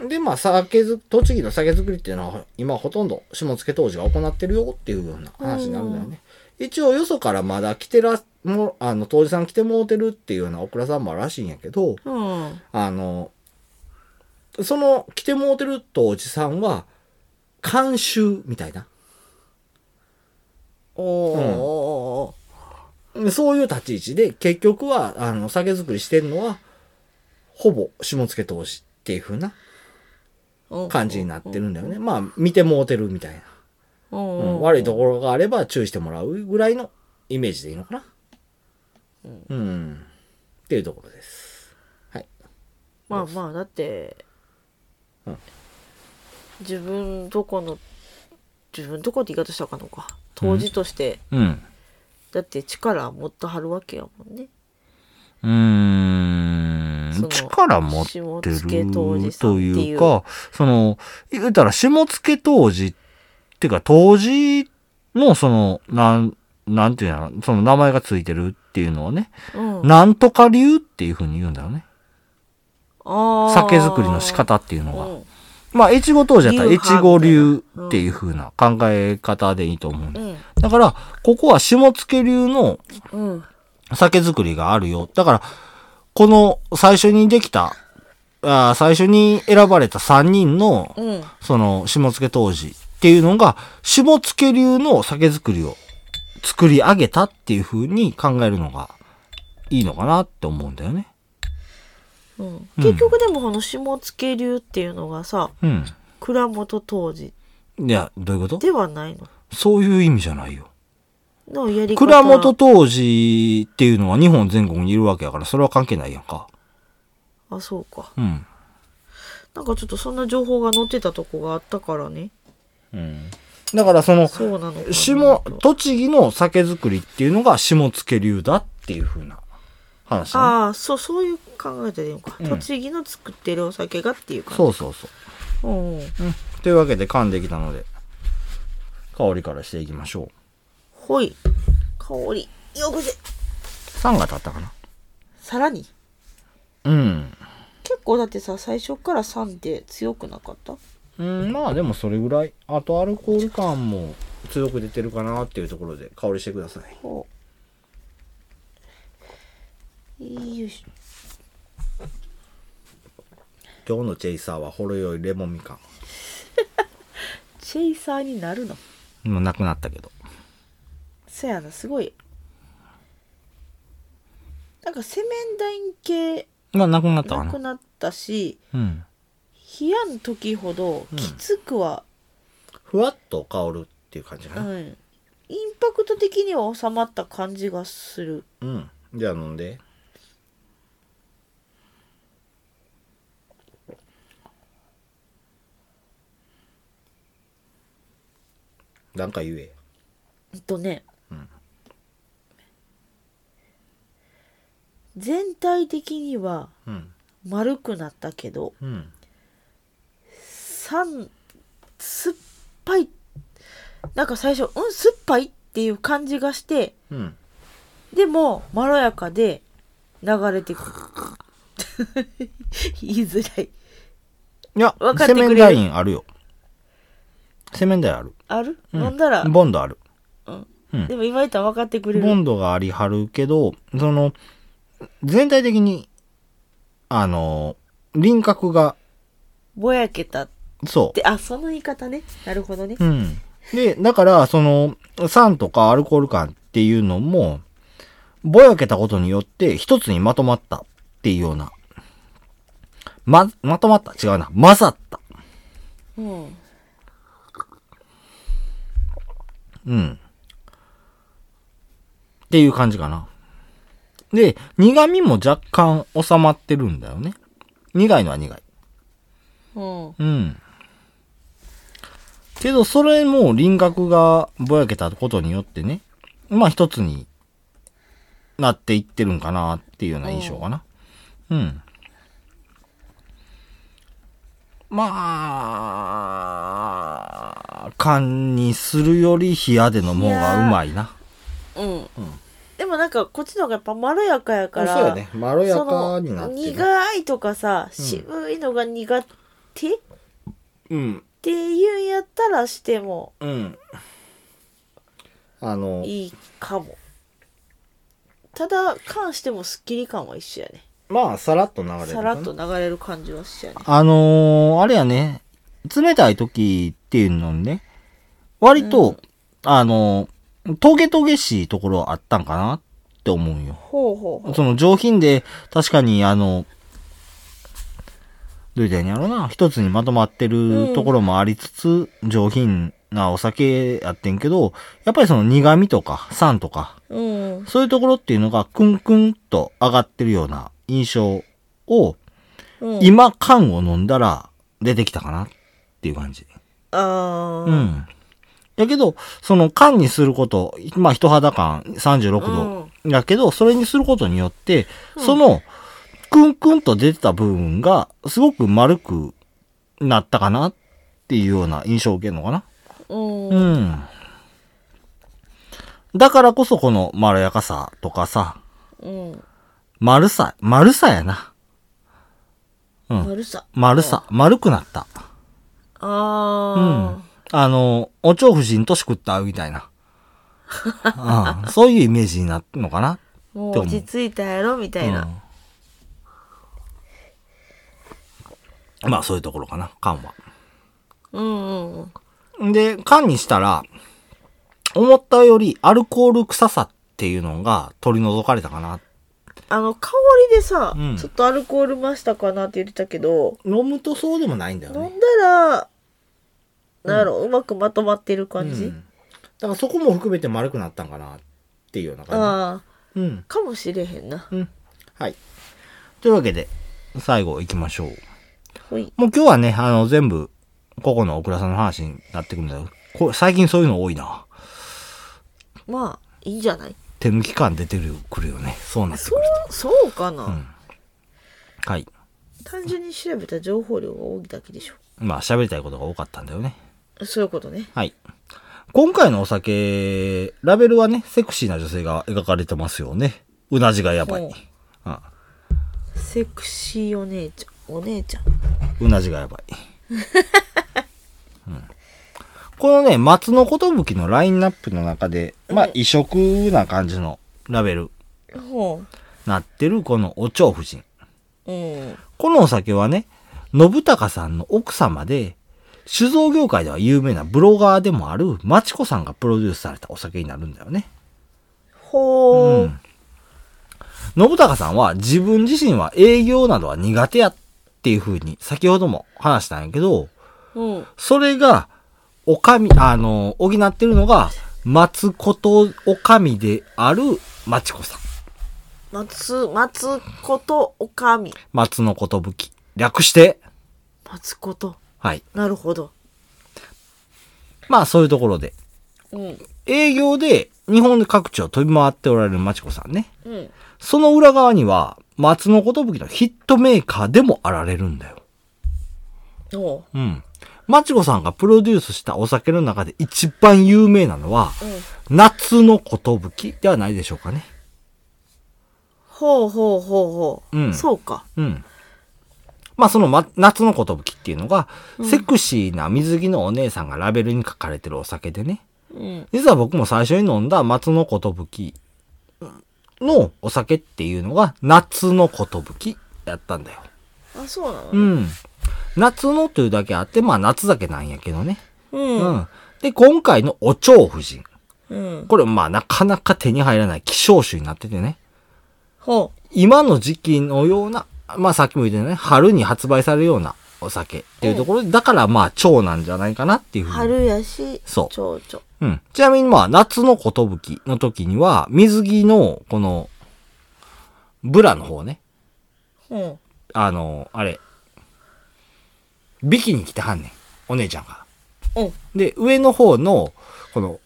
[SPEAKER 1] う。で、まあ、酒づ、栃木の酒造りっていうのは、今ほとんど下野当時が行ってるよっていうような話になるんだよね。一応、よそからまだ来てら、もあの、当時さん来てもうてるっていうようなお蔵さんもあるらしいんやけど、
[SPEAKER 2] うん
[SPEAKER 1] あの、その、来てもうてるとおじさんは、監修みたいな。
[SPEAKER 2] おー
[SPEAKER 1] そういう立ち位置で、結局は、あの、酒造りしてるのは、ほぼ、下野投資っていう風な
[SPEAKER 2] うん
[SPEAKER 1] 感じになってるんだよね。まあ、見てもうてるみたいな。
[SPEAKER 2] うん
[SPEAKER 1] うん悪いところがあれば注意してもらうぐらいのイメージでいいのかな。うん。っていうところです。はい。
[SPEAKER 2] まあまあだって、
[SPEAKER 1] うん
[SPEAKER 2] 自分とこの自分とこって言い方したらあかんのか当時として、
[SPEAKER 1] うん。
[SPEAKER 2] だって力持ってはるわけやもんね
[SPEAKER 1] うー
[SPEAKER 2] その
[SPEAKER 1] ん、力持って
[SPEAKER 2] 下野当時
[SPEAKER 1] る
[SPEAKER 2] さんっ
[SPEAKER 1] と
[SPEAKER 2] ていう
[SPEAKER 1] いうか、その、言うたら下野当時っていうか、当時のその、なん、なんていうのその名前がついてるっていうのはね、
[SPEAKER 2] うん
[SPEAKER 1] なんとか流っていうふうに言うんだよね。
[SPEAKER 2] あー
[SPEAKER 1] 酒造りの仕方っていうのが。
[SPEAKER 2] うん
[SPEAKER 1] まあ、越後当時だったら
[SPEAKER 2] 流派
[SPEAKER 1] 越後流っていうふうな考え方でいいと思う。
[SPEAKER 2] うん
[SPEAKER 1] だから、ここは下野流の
[SPEAKER 2] うん
[SPEAKER 1] 酒造りがあるよ。だから、この最初にできた、あー最初に選ばれた3人の、
[SPEAKER 2] うん。
[SPEAKER 1] その、下野当時っていうのが、下野流の酒造りを作り上げたっていう風に考えるのがいいのかなって思うんだよね。
[SPEAKER 2] うん、結局でもこの下野流っていうのがさ
[SPEAKER 1] うん。
[SPEAKER 2] 蔵元当時
[SPEAKER 1] いや、どういうこと
[SPEAKER 2] ではないの
[SPEAKER 1] そういう意味じゃないよ。
[SPEAKER 2] のやり方
[SPEAKER 1] 蔵元当時っていうのは日本全国にいるわけやから、それは関係ないやんか。
[SPEAKER 2] あそうか
[SPEAKER 1] うん。
[SPEAKER 2] なんかちょっとそんな情報が載ってたとこがあったからね
[SPEAKER 1] うん。だからその、
[SPEAKER 2] そうなのかな
[SPEAKER 1] 下、栃木の酒造りっていうのが下野流だっていう風な話だね。
[SPEAKER 2] ああそうそういう考えでいいのか、
[SPEAKER 1] うん
[SPEAKER 2] 栃木の作ってるお酒がっていうか
[SPEAKER 1] そうそうそう。
[SPEAKER 2] う、うんうん、
[SPEAKER 1] というわけで噛んできたので、香りからしていきましょ
[SPEAKER 2] ほい香りよくせ
[SPEAKER 1] う。酸が立ったかな
[SPEAKER 2] さらに
[SPEAKER 1] うん。
[SPEAKER 2] 結構だってさ最初から酸って強くなかった
[SPEAKER 1] うん、まあでもそれぐらい。あとアルコール感も強く出てるかなっていうところで香りしてください。
[SPEAKER 2] ほうよいしょ
[SPEAKER 1] 今日のチェイサーはほろ酔いレモンみか
[SPEAKER 2] チェイサーになるの
[SPEAKER 1] ん。もうなくなったけど。
[SPEAKER 2] そやなすごいなんかセメンダイン系
[SPEAKER 1] まあなくなったか
[SPEAKER 2] なく
[SPEAKER 1] な。
[SPEAKER 2] なったし
[SPEAKER 1] うん。
[SPEAKER 2] 冷やん時ほど
[SPEAKER 1] うん
[SPEAKER 2] きつくは、
[SPEAKER 1] ふわっと香るっていう感じか
[SPEAKER 2] う
[SPEAKER 1] な。
[SPEAKER 2] んインパクト的には収まった感じがする
[SPEAKER 1] うん。じゃあ飲んで。なんか言え。
[SPEAKER 2] えっとね、
[SPEAKER 1] うん
[SPEAKER 2] 全体的には
[SPEAKER 1] うん。
[SPEAKER 2] 丸くなったけど
[SPEAKER 1] うん。
[SPEAKER 2] 酸酸っぱいなんか最初「うん酸っぱい」っていう感じがして
[SPEAKER 1] うん。
[SPEAKER 2] でもまろやかで流れてくる 言いづらい
[SPEAKER 1] いや
[SPEAKER 2] 分、かっ
[SPEAKER 1] セ
[SPEAKER 2] てくれ
[SPEAKER 1] メ
[SPEAKER 2] る
[SPEAKER 1] ンダインあるよ。セメンダインある。
[SPEAKER 2] ある、
[SPEAKER 1] うん
[SPEAKER 2] 飲んだら、
[SPEAKER 1] ボンドある。
[SPEAKER 2] うん
[SPEAKER 1] うん
[SPEAKER 2] でも今言ったら分かってくれ
[SPEAKER 1] ボ
[SPEAKER 2] る
[SPEAKER 1] ンドがありはるけど、その、全体的に、あの、輪郭が、
[SPEAKER 2] ぼやけたっ
[SPEAKER 1] そう。
[SPEAKER 2] てあその言い方ねなるほどね
[SPEAKER 1] うん。で、だから、その、酸とかアルコール感っていうのも、ぼやけたことによって一つにまとまったっていうような。ま、まとまった違うな。混ざった。
[SPEAKER 2] うん
[SPEAKER 1] うん。っていう感じかな。で、苦味も若干収まってるんだよね。苦いのは苦い。
[SPEAKER 2] うん
[SPEAKER 1] うん。けど、それも輪郭がぼやけたことによってね、まあ一つになっていってるんかなっていうような印象かな。うん。まあ、缶にするより冷やで飲もうがうまいな。
[SPEAKER 2] うん、でもなんかこっちの方がやっぱまろやかやから
[SPEAKER 1] そうやね。まろや
[SPEAKER 2] その
[SPEAKER 1] かになってる。
[SPEAKER 2] 苦いとかさ渋いのが苦手、っ
[SPEAKER 1] うん。
[SPEAKER 2] ていうんやったらしても
[SPEAKER 1] うん。あの、
[SPEAKER 2] いいかもただ缶してもスッキリ感は一緒やね
[SPEAKER 1] まあ、さらっと流れるかな。
[SPEAKER 2] さらっと流れる感じは一緒やね
[SPEAKER 1] あのー、あれやね、冷たい時っていうのにね、割と、あのー、トゲトゲしいところあったんかなって思うよ。
[SPEAKER 2] ほうほうほう
[SPEAKER 1] その上品で、確かにあの、どう言ったらいいんやろな、一つにまとまって
[SPEAKER 2] うん
[SPEAKER 1] るところもありつつ、上品なお酒やってんけど、やっぱりその苦味とか酸とか、
[SPEAKER 2] うん
[SPEAKER 1] そういうところっていうのがクンクンと上がってるような印象を、
[SPEAKER 2] うん
[SPEAKER 1] 今缶を飲んだら出てきたかなっていう感じ。
[SPEAKER 2] あ
[SPEAKER 1] う
[SPEAKER 2] ー
[SPEAKER 1] ん。だけど、その缶にすること、まあ人肌感36度だけど、それにすることによって、その、クンクンと出てた部分が、すごく丸くなったかなっていうような印象を受けるのかな。
[SPEAKER 2] うんう
[SPEAKER 1] うんん。だからこそこのまろやかさとかさ、
[SPEAKER 2] うん
[SPEAKER 1] 丸さ、丸さやな。うん
[SPEAKER 2] 丸さ
[SPEAKER 1] 丸さ、丸くなった。
[SPEAKER 2] あ
[SPEAKER 1] あの、お蝶夫人としくったみたいな。ああそういうイメージになるのかなっ
[SPEAKER 2] も
[SPEAKER 1] っ
[SPEAKER 2] う
[SPEAKER 1] て思う
[SPEAKER 2] 落ち着いたやろみたいな、
[SPEAKER 1] うんまあそういうところかな、缶は。
[SPEAKER 2] うん、うんうん
[SPEAKER 1] で、缶にしたら、思ったよりアルコール臭さっていうのが取り除かれたかな。
[SPEAKER 2] あの香りでさ、
[SPEAKER 1] うん
[SPEAKER 2] ちょっとアルコール増したかなって言ってたけど
[SPEAKER 1] 飲むとそうでもないんだよ
[SPEAKER 2] 飲
[SPEAKER 1] ね。
[SPEAKER 2] んだらなんやろうまくまとまってる感じ、
[SPEAKER 1] うんだからそこも含めて丸くなったんかなっていうような感
[SPEAKER 2] ああ
[SPEAKER 1] じ。うん。
[SPEAKER 2] かもしれへんな
[SPEAKER 1] うん。はい。というわけで、最後行きましょう。
[SPEAKER 2] ほい
[SPEAKER 1] もう今日はね、あの、全部、個々のオクラさんの話になってくるんだよ。こう最近そういうの多いな。
[SPEAKER 2] まあいいんじゃない
[SPEAKER 1] 手抜き感出てるくるよね。そうなってく
[SPEAKER 2] そ
[SPEAKER 1] る
[SPEAKER 2] うそうかな、
[SPEAKER 1] んと。はい。
[SPEAKER 2] 単純に調べた情報量が多いだけでしょ
[SPEAKER 1] まあ、喋りたいことが多かったんだよね。
[SPEAKER 2] そういうことね
[SPEAKER 1] はい。今回のお酒、ラベルはね、セクシーな女性が描かれてますよね。うなじがやばい。
[SPEAKER 2] ほう
[SPEAKER 1] うん
[SPEAKER 2] セクシーお姉ちゃんお姉ちゃん
[SPEAKER 1] うなじがやばい。 うんこのね、松のことぶきのラインナップの中で、まあ、異色な感じのラベル
[SPEAKER 2] ほ
[SPEAKER 1] なってる、このお蝶夫人。
[SPEAKER 2] ううん
[SPEAKER 1] このお酒はね、信孝さんの奥様で、酒造業界では有名なブロガーでもあるまちこさんがプロデュースされたお酒になるんだよね。
[SPEAKER 2] ほう、
[SPEAKER 1] うん信孝さんは自分自身は営業などは苦手やっていう風に先ほども話したんやけど、
[SPEAKER 2] うん、
[SPEAKER 1] それが、おかみ、あの、補ってるのが、松ことおかみであるまちこさん。
[SPEAKER 2] 松松ことおかみ
[SPEAKER 1] 松のことぶき。略して、
[SPEAKER 2] 松こと
[SPEAKER 1] はい。
[SPEAKER 2] なるほど
[SPEAKER 1] まあそういうところで。
[SPEAKER 2] うん
[SPEAKER 1] 営業で日本各地を飛び回っておられるまちこさんね。
[SPEAKER 2] うん
[SPEAKER 1] その裏側には、松のことぶきのヒットメーカーでもあられるんだよ。
[SPEAKER 2] ほ
[SPEAKER 1] うん。まちこさんがプロデュースしたお酒の中で一番有名なのは、
[SPEAKER 2] う、うん、
[SPEAKER 1] 夏のことぶきではないでしょうかね。
[SPEAKER 2] ほうほうほうほう、
[SPEAKER 1] うん
[SPEAKER 2] そうか
[SPEAKER 1] うん。まあその、ま、夏のことぶきっていうのが、セクシーな水着のお姉さんがラベルに書かれてるお酒でね。
[SPEAKER 2] うん
[SPEAKER 1] 実は僕も最初に飲んだ松のことぶきのお酒っていうのが、夏のことぶきやったんだよ。
[SPEAKER 2] あそうなの
[SPEAKER 1] う
[SPEAKER 2] ね
[SPEAKER 1] ん。夏のというだけあって、まあ夏酒なんやけどね。
[SPEAKER 2] うん
[SPEAKER 1] う
[SPEAKER 2] うん
[SPEAKER 1] ん。で、今回のお蝶夫人。
[SPEAKER 2] うん
[SPEAKER 1] これ、まあなかなか手に入らない希少種になっててね。
[SPEAKER 2] ほ
[SPEAKER 1] 今の時期のような、まあさっきも言ったよね、春に発売されるようなお酒っていうところで、だからまあ蝶なんじゃないかなっていう
[SPEAKER 2] う
[SPEAKER 1] ふうに。
[SPEAKER 2] 春やし
[SPEAKER 1] そう
[SPEAKER 2] 蝶々
[SPEAKER 1] うん。ちなみにまあ夏のことぶきの時には、水着のこの、ブラの方ね、
[SPEAKER 2] うん
[SPEAKER 1] あの、あれ、ビキに着てはんねん。お姉ちゃんが。
[SPEAKER 2] うん
[SPEAKER 1] で、上の方の、この、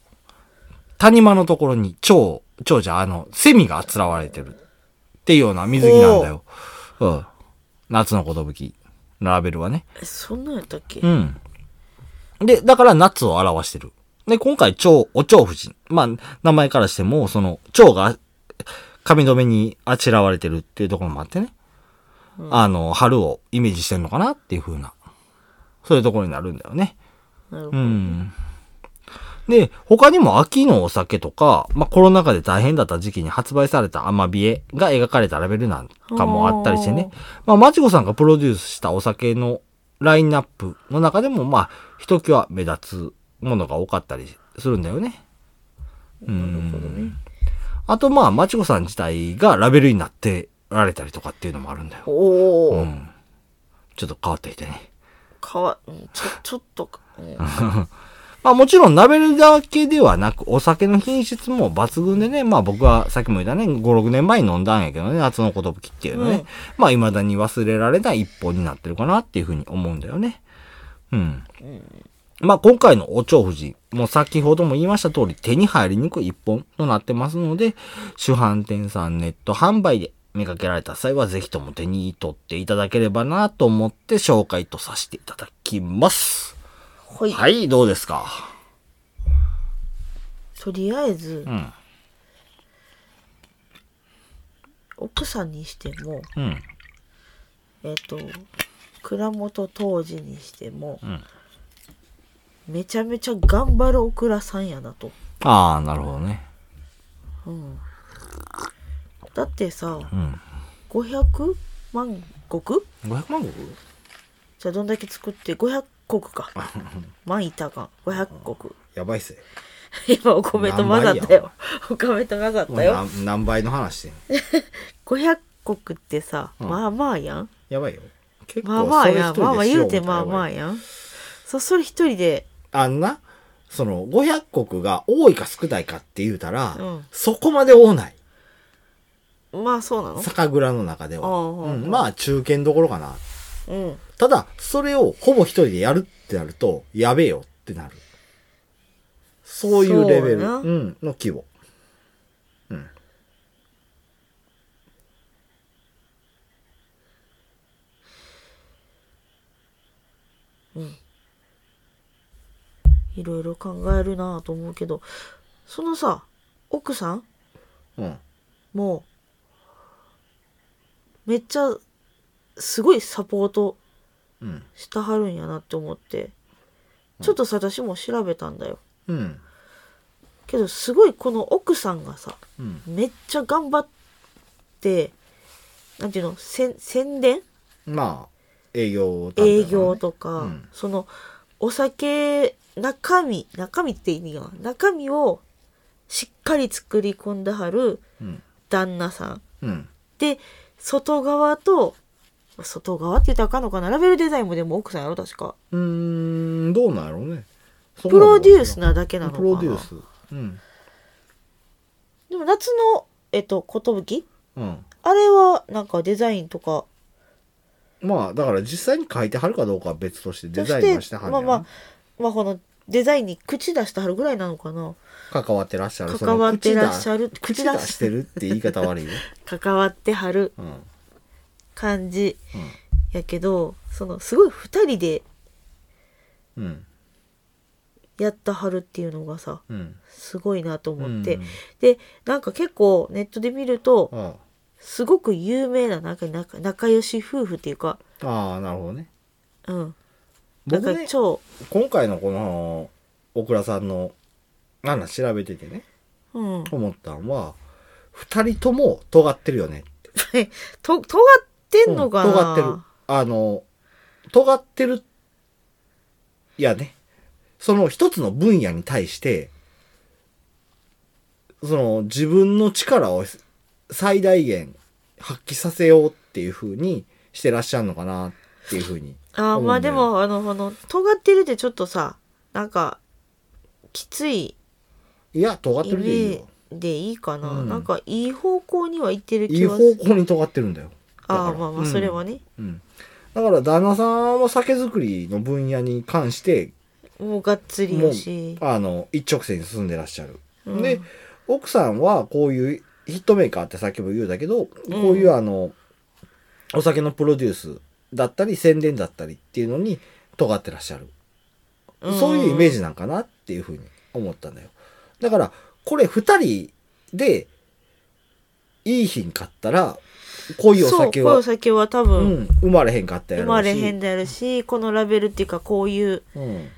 [SPEAKER 1] 谷間のところに蝶、蝶じゃ、あの、セミがあつらわれてる。っていうような水着なんだよ。うん。夏のことぶき。ラベルはね。
[SPEAKER 2] えそんなんやったっけ
[SPEAKER 1] うん。で、だから夏を表してる。で、今回、蝶、お蝶夫人。まあ、名前からしても、その、蝶が、髪留めにあちらわれてるっていうところもあってね。あの、春をイメージしてんのかなっていう風な、そういうところになるんだよね。
[SPEAKER 2] なるほ
[SPEAKER 1] う
[SPEAKER 2] ど
[SPEAKER 1] ん。で、他にも秋のお酒とか、まあ、コロナ禍で大変だった時期に発売されたアマビエが描かれたラベルなんかもあったりしてね。まあ、マチコさんがプロデュースしたお酒のラインナップの中でも、まあ、ひときわ目立つものが多かったりするんだよね。
[SPEAKER 2] なるほどね
[SPEAKER 1] あと、まあ、マチコさん自体がラベルになってられたりとかっていうのもあるんだよ。
[SPEAKER 2] お
[SPEAKER 1] う
[SPEAKER 2] お、
[SPEAKER 1] ん。ちょっと変わっていてね。
[SPEAKER 2] かわうんちょちょっとか、うん
[SPEAKER 1] まあもちろんラベルだけではなく、お酒の品質も抜群でね、まあ僕はさっきも言ったね、5、6年前に飲んだんやけどね、夏のことぶきっていうのね、
[SPEAKER 2] うん
[SPEAKER 1] まあ未だに忘れられない一本になってるかなっていうふうに思うんだよね。うん。まあ今回のお蝶夫人、もう先ほども言いました通り手に入りにくい一本となってますので、主販店さんネット販売で見かけられた際はぜひとも手に取っていただければなと思って紹介とさせていただきます。
[SPEAKER 2] ほい、
[SPEAKER 1] はい、どうですか
[SPEAKER 2] とりあえず、
[SPEAKER 1] うん。
[SPEAKER 2] 奥さんにしても
[SPEAKER 1] うん。
[SPEAKER 2] えっ、と倉本当時にしても、
[SPEAKER 1] ん
[SPEAKER 2] めちゃめちゃ頑張るオクラさんやなと、
[SPEAKER 1] ああ、なるほどね。
[SPEAKER 2] うん、だってさ
[SPEAKER 1] うん。
[SPEAKER 2] 500万石
[SPEAKER 1] 500万石
[SPEAKER 2] じゃあどんだけ作って500国 か万いったか500国
[SPEAKER 1] やばいっすよ。
[SPEAKER 2] 今お米と混ざったよお米と混ざっ
[SPEAKER 1] もう
[SPEAKER 2] たよ
[SPEAKER 1] 何何倍の話してんの
[SPEAKER 2] 500国ってさ、
[SPEAKER 1] うん
[SPEAKER 2] まあまあやん
[SPEAKER 1] やばいよ。結
[SPEAKER 2] まあまあやんまあまあ言うて
[SPEAKER 1] 思
[SPEAKER 2] まあ
[SPEAKER 1] ったらやばい
[SPEAKER 2] まあやんそそれ一人で
[SPEAKER 1] あんな、その500国が多いか少ないかって言うたら、
[SPEAKER 2] うん
[SPEAKER 1] そこまで多ない。
[SPEAKER 2] まあそうなの
[SPEAKER 1] 酒蔵の中では。
[SPEAKER 2] ああはいはい
[SPEAKER 1] うんまあ中堅どころかな。
[SPEAKER 2] うん
[SPEAKER 1] ただ、それをほぼ一人でやるってなると、やべえよってなる。そういうレベル
[SPEAKER 2] そうやな
[SPEAKER 1] うんの規模。うん。
[SPEAKER 2] いろいろ考えるなぁと思うけどそのさ奥さん
[SPEAKER 1] うん。
[SPEAKER 2] もうめっちゃすごいサポート
[SPEAKER 1] うん。
[SPEAKER 2] したはるんやなって思ってちょっとさ私も調べたんだよ
[SPEAKER 1] うん。
[SPEAKER 2] けどすごいこの奥さんがさ
[SPEAKER 1] うん。
[SPEAKER 2] めっちゃ頑張ってなんていうのせん宣伝
[SPEAKER 1] まあ、営業担当や
[SPEAKER 2] 営
[SPEAKER 1] からね
[SPEAKER 2] 業とか、
[SPEAKER 1] うん
[SPEAKER 2] そのお酒中身中身って意味が中身をしっかり作り込んではる
[SPEAKER 1] うん。
[SPEAKER 2] 旦那さん
[SPEAKER 1] うん。
[SPEAKER 2] で外側と外側って言ったらあかんのかなラベルデザインもでも奥さんやろ確か
[SPEAKER 1] うーん、どうなんやろうね。そこ
[SPEAKER 2] プ
[SPEAKER 1] までは
[SPEAKER 2] ロデュースなだけなのか
[SPEAKER 1] プ
[SPEAKER 2] な
[SPEAKER 1] ロデュース。うん。
[SPEAKER 2] でも夏のえっと寿
[SPEAKER 1] うん。
[SPEAKER 2] あれはなんかデザインとか
[SPEAKER 1] まあ、だから実際に書いてはるかどうかは別としてデ
[SPEAKER 2] そ
[SPEAKER 1] ザインはしてはるん
[SPEAKER 2] ま
[SPEAKER 1] や
[SPEAKER 2] あ
[SPEAKER 1] ろ
[SPEAKER 2] まあまあこのデザインに口出してはるぐらいなのかな
[SPEAKER 1] 関わってらっしゃる。
[SPEAKER 2] 関わってらっしゃる
[SPEAKER 1] その口
[SPEAKER 2] 口
[SPEAKER 1] 出口
[SPEAKER 2] 出し
[SPEAKER 1] 出してるって言い方悪いよ。
[SPEAKER 2] 関わってはる
[SPEAKER 1] うん。
[SPEAKER 2] 感じやけどそのすごい2人で
[SPEAKER 1] うん。うん。
[SPEAKER 2] やったはるっていうのがさ
[SPEAKER 1] うん。
[SPEAKER 2] すごいなと思って、
[SPEAKER 1] うん
[SPEAKER 2] でなんか結構ネットで見ると
[SPEAKER 1] あ
[SPEAKER 2] すごく有名ななんか仲仲良し夫婦っていうか
[SPEAKER 1] あああ、なるほどね。
[SPEAKER 2] うんなん
[SPEAKER 1] 僕
[SPEAKER 2] か
[SPEAKER 1] ね、
[SPEAKER 2] 超、
[SPEAKER 1] 今回のこの、小倉さんの話調べててね、
[SPEAKER 2] うん、
[SPEAKER 1] 思ったんは、二人とも尖ってるよねって。
[SPEAKER 2] と尖ってんのかな、
[SPEAKER 1] うん尖ってる。あの、尖ってる、いやね、その一つの分野に対して、その自分の力を最大限発揮させようっていう風にしてらっしゃるのかなっていう風に。
[SPEAKER 2] あーまあでもあのこの尖ってるってちょっとさなんかきつい
[SPEAKER 1] いや、尖って
[SPEAKER 2] イ
[SPEAKER 1] る
[SPEAKER 2] メ
[SPEAKER 1] でいい
[SPEAKER 2] ー
[SPEAKER 1] よ。
[SPEAKER 2] ジでいいかな、
[SPEAKER 1] うん
[SPEAKER 2] なんかいい方向にはいってる
[SPEAKER 1] い
[SPEAKER 2] 気
[SPEAKER 1] い
[SPEAKER 2] はする
[SPEAKER 1] 方向に尖ってるんだよ。
[SPEAKER 2] あ
[SPEAKER 1] だか
[SPEAKER 2] あ
[SPEAKER 1] ら
[SPEAKER 2] まあまあそれはね、
[SPEAKER 1] うん。だから旦那さんは酒造りの分野に関して、
[SPEAKER 2] もうがっつり
[SPEAKER 1] もう
[SPEAKER 2] やし、
[SPEAKER 1] あの、一直線に進んでらっしゃる。
[SPEAKER 2] うん
[SPEAKER 1] で、奥さんはこういうヒットメーカーってさっきも言うだけど、こういうあの、お酒のプロデュースだったり、宣伝だったりっていうのに尖ってらっしゃる。そういうイメー
[SPEAKER 2] ジ
[SPEAKER 1] ジなんかなっていうふうに思ったんだよ。だから、これ二人で、いい品買ったら、濃いお酒
[SPEAKER 2] そう濃い
[SPEAKER 1] は
[SPEAKER 2] お、酒は多
[SPEAKER 1] う
[SPEAKER 2] 分
[SPEAKER 1] ん、生まれへんかったやろう
[SPEAKER 2] 生
[SPEAKER 1] し。
[SPEAKER 2] まれへんであるし、このラベルっていうかこういう
[SPEAKER 1] うん。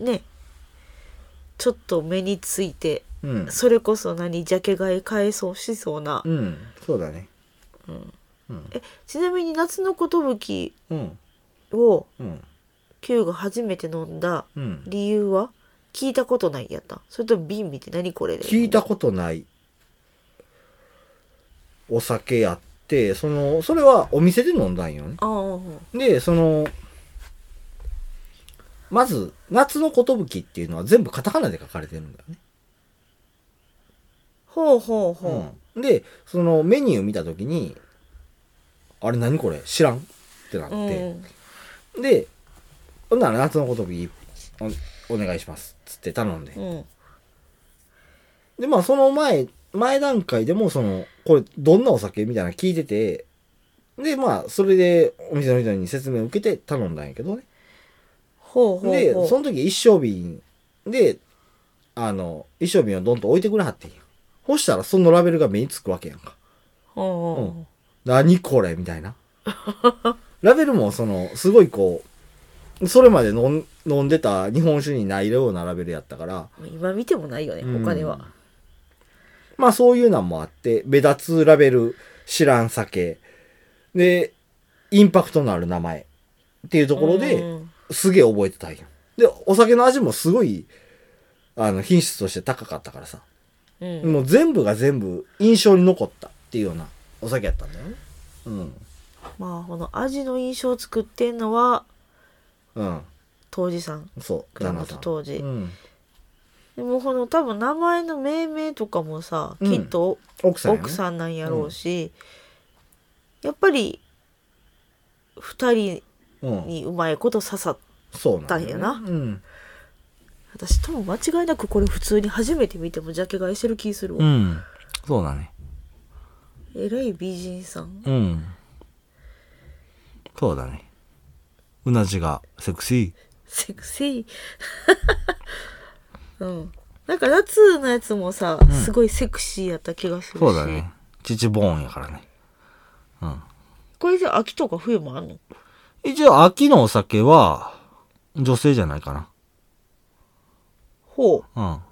[SPEAKER 2] ねちょっと目について
[SPEAKER 1] うん。
[SPEAKER 2] それこそ何ジャケ買い買えそうしそうな、
[SPEAKER 1] うん。そうだね。
[SPEAKER 2] ちなみに夏の寿
[SPEAKER 1] うん。
[SPEAKER 2] を
[SPEAKER 1] うん。
[SPEAKER 2] Q が初めて飲んだ
[SPEAKER 1] うん。
[SPEAKER 2] 理由は聞いたことないやったそれとも瓶見て何これで
[SPEAKER 1] 聞いたことないお酒やって、その、それはお店で飲んだんよね。
[SPEAKER 2] ああ
[SPEAKER 1] で、その、まず、夏の寿っていうのは全部カタカナで書かれてるんだよね。
[SPEAKER 2] ほうほうほ
[SPEAKER 1] うん、で、そのメニュー見たときに、あれ何これ知らんってなっ
[SPEAKER 2] う、うん
[SPEAKER 1] て、で、ほんなら夏の寿おお願いします。つって頼んで。
[SPEAKER 2] うん
[SPEAKER 1] で、まあ、その前、前段階でも、その、これ、どんなお酒みたいなの聞いてて、で、まあ、それで、お店の人に説明を受けて頼んだんやけどね。
[SPEAKER 2] ほうほうほう
[SPEAKER 1] で、その時、一升瓶で、あの、一升瓶をどんと置いてくれはってんや。そしたら、そのラベルが目につくわけやんか。
[SPEAKER 2] ほうほう
[SPEAKER 1] うん何これみたいな。 ラベルも、その、すごいこう、それまで飲ん飲んでた日本酒にないようなラベルやったから、
[SPEAKER 2] 今見てもないよね
[SPEAKER 1] うん
[SPEAKER 2] お金は、
[SPEAKER 1] まあそういうのもあって、目立つラベル、知らん酒、で、インパクトのある名前っていうところで、
[SPEAKER 2] うん
[SPEAKER 1] すげえ覚えてたんよ。で、お酒の味もすごい、あの、品質として高かったからさ。
[SPEAKER 2] うん
[SPEAKER 1] もう全部が全部印象に残ったっていうようなお酒やったんだよね。うん。
[SPEAKER 2] まあこの味の印象を作ってんのは
[SPEAKER 1] うん。
[SPEAKER 2] 当時さん
[SPEAKER 1] そう。
[SPEAKER 2] 倉
[SPEAKER 1] 旦
[SPEAKER 2] 本
[SPEAKER 1] 那さん
[SPEAKER 2] 当時
[SPEAKER 1] うん。
[SPEAKER 2] でもこの多分名前の命名とかもさ、
[SPEAKER 1] うん
[SPEAKER 2] きっと
[SPEAKER 1] 奥さんやね、
[SPEAKER 2] 奥さんなんやろうし、やっぱり二人
[SPEAKER 1] うん。
[SPEAKER 2] にうまいこと刺さっ
[SPEAKER 1] そうなん
[SPEAKER 2] だよな
[SPEAKER 1] うん。
[SPEAKER 2] 私多分間違いなくこれ普通に初めて見てもジャケ買いしてる気するわ、
[SPEAKER 1] ん。そうだね。
[SPEAKER 2] えらい美人さん
[SPEAKER 1] うん。そうだね。うなじがセクシ
[SPEAKER 2] セクシー うんなんか夏のやつもさ、すごいセクシーやった気がするし。
[SPEAKER 1] 父ボーンやからね。うん。
[SPEAKER 2] これじゃあ秋とか冬もあんの
[SPEAKER 1] 一応秋のお酒は女性じゃないか
[SPEAKER 2] ほう
[SPEAKER 1] な。うん。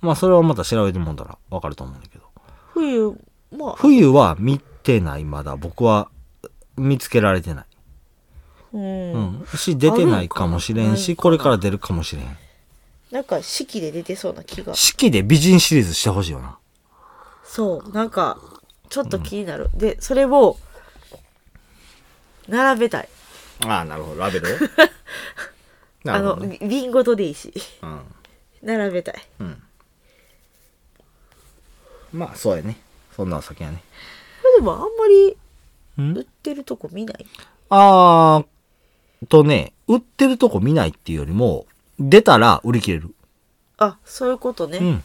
[SPEAKER 1] まあそれはまた調べてもんだらわかると思うんだけど。
[SPEAKER 2] 冬まあ
[SPEAKER 1] 冬は見てないまだ僕は見つけられてない。
[SPEAKER 2] うん、
[SPEAKER 1] うん。し、出てないかもしれん
[SPEAKER 2] あるん
[SPEAKER 1] し、
[SPEAKER 2] かな
[SPEAKER 1] これから出るかもしれん。
[SPEAKER 2] なんか四季で出てそうな気が
[SPEAKER 1] 四季で美人シリーズしてほしいよな。
[SPEAKER 2] そうなんかちょっと気になる、でそれを並べたい
[SPEAKER 1] ああ、なるほど。 ラベルな
[SPEAKER 2] あ
[SPEAKER 1] るほ
[SPEAKER 2] の
[SPEAKER 1] ど、ね。
[SPEAKER 2] 瓶ごとでいいし
[SPEAKER 1] うん。
[SPEAKER 2] 並べたい
[SPEAKER 1] まあ、そうやね。そんなお酒やね。
[SPEAKER 2] これでもあんまり
[SPEAKER 1] ん
[SPEAKER 2] 売ってるとこ見ない
[SPEAKER 1] あー、とね、売ってるとこ見ないっていうよりも、出たら売り切れる。
[SPEAKER 2] あそういうことね、
[SPEAKER 1] うん。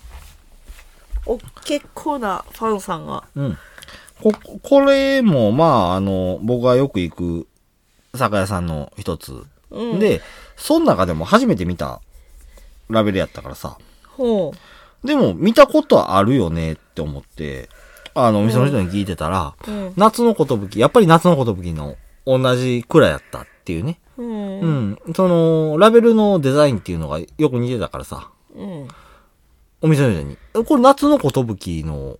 [SPEAKER 2] お結構なファンさんが
[SPEAKER 1] うん。こ、これも、まあ、あの、僕がよく行く酒屋さんの一つ。
[SPEAKER 2] うん
[SPEAKER 1] で、その中でも初めて見たラベルやったからさ。
[SPEAKER 2] ほ
[SPEAKER 1] でも、見たことあるよねって思って、あの、お店の人に聞いてたら、
[SPEAKER 2] ううん
[SPEAKER 1] 夏のことぶき、やっぱり夏のことぶきの同じくらいやったっていうね。
[SPEAKER 2] うん
[SPEAKER 1] う
[SPEAKER 2] うん
[SPEAKER 1] ん。その、ラベルのデザインっていうのがよく似てたからさ、
[SPEAKER 2] うん
[SPEAKER 1] お店の人に、えこれ夏のことぶきの、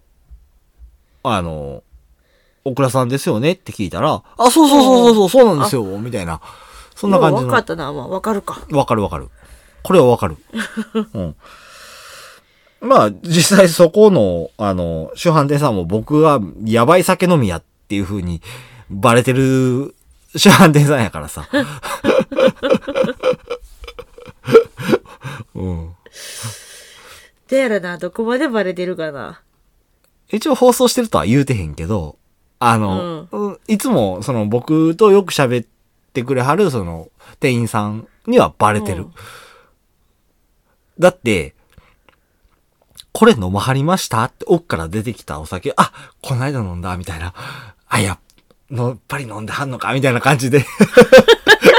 [SPEAKER 1] あの、オクラさんですよねって聞いたら、あ、そうそうそうそうそう、そうなんですよ、みたいな。そんな感じ
[SPEAKER 2] 分
[SPEAKER 1] の。
[SPEAKER 2] かったなまあ分かるか
[SPEAKER 1] わかるわかる。これはわかる。うん。まあ、実際そこの、あの、主犯店さんも僕はやばい酒飲みやっていう風にバレてる主犯店さんやからさ。うん。
[SPEAKER 2] でやらなどこまでバレてるかな
[SPEAKER 1] 一応放送してるとは言うてへんけど、あの、うんいつもその僕とよく喋ってくれはるその店員さんにはバレてる。
[SPEAKER 2] うん
[SPEAKER 1] だって、これ飲まはりましたって奥から出てきたお酒、あ、こないだ飲んだ、みたいな。あ、やっのやっぱり飲んではんのかみたいな感じ で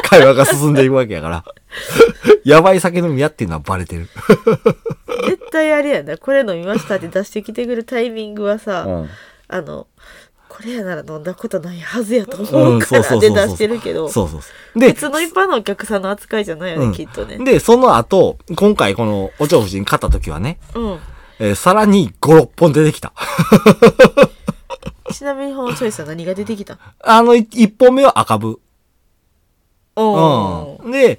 [SPEAKER 1] 会話が進んでいくわけやから。やばい酒飲みやっていうのはバレてる。
[SPEAKER 2] 絶対あれやなこれ飲みましたって出してきてくるタイミングはさ、
[SPEAKER 1] うん
[SPEAKER 2] あのこれやなら飲んだことないはずやと思うか
[SPEAKER 1] そ
[SPEAKER 2] ら
[SPEAKER 1] う
[SPEAKER 2] で
[SPEAKER 1] そうそうそう
[SPEAKER 2] 出してるけど
[SPEAKER 1] そうそうそう。で、
[SPEAKER 2] 別の一般のお客さんの扱いじゃないよね、
[SPEAKER 1] うん
[SPEAKER 2] きっとね
[SPEAKER 1] で、その後、今回このお調子に勝った時はね、
[SPEAKER 2] うん
[SPEAKER 1] えーさらに5、6本出てきた。
[SPEAKER 2] ちなみにこのチョイスは何が出てきた
[SPEAKER 1] あの、1本目は赤部。
[SPEAKER 2] お
[SPEAKER 1] うん。で、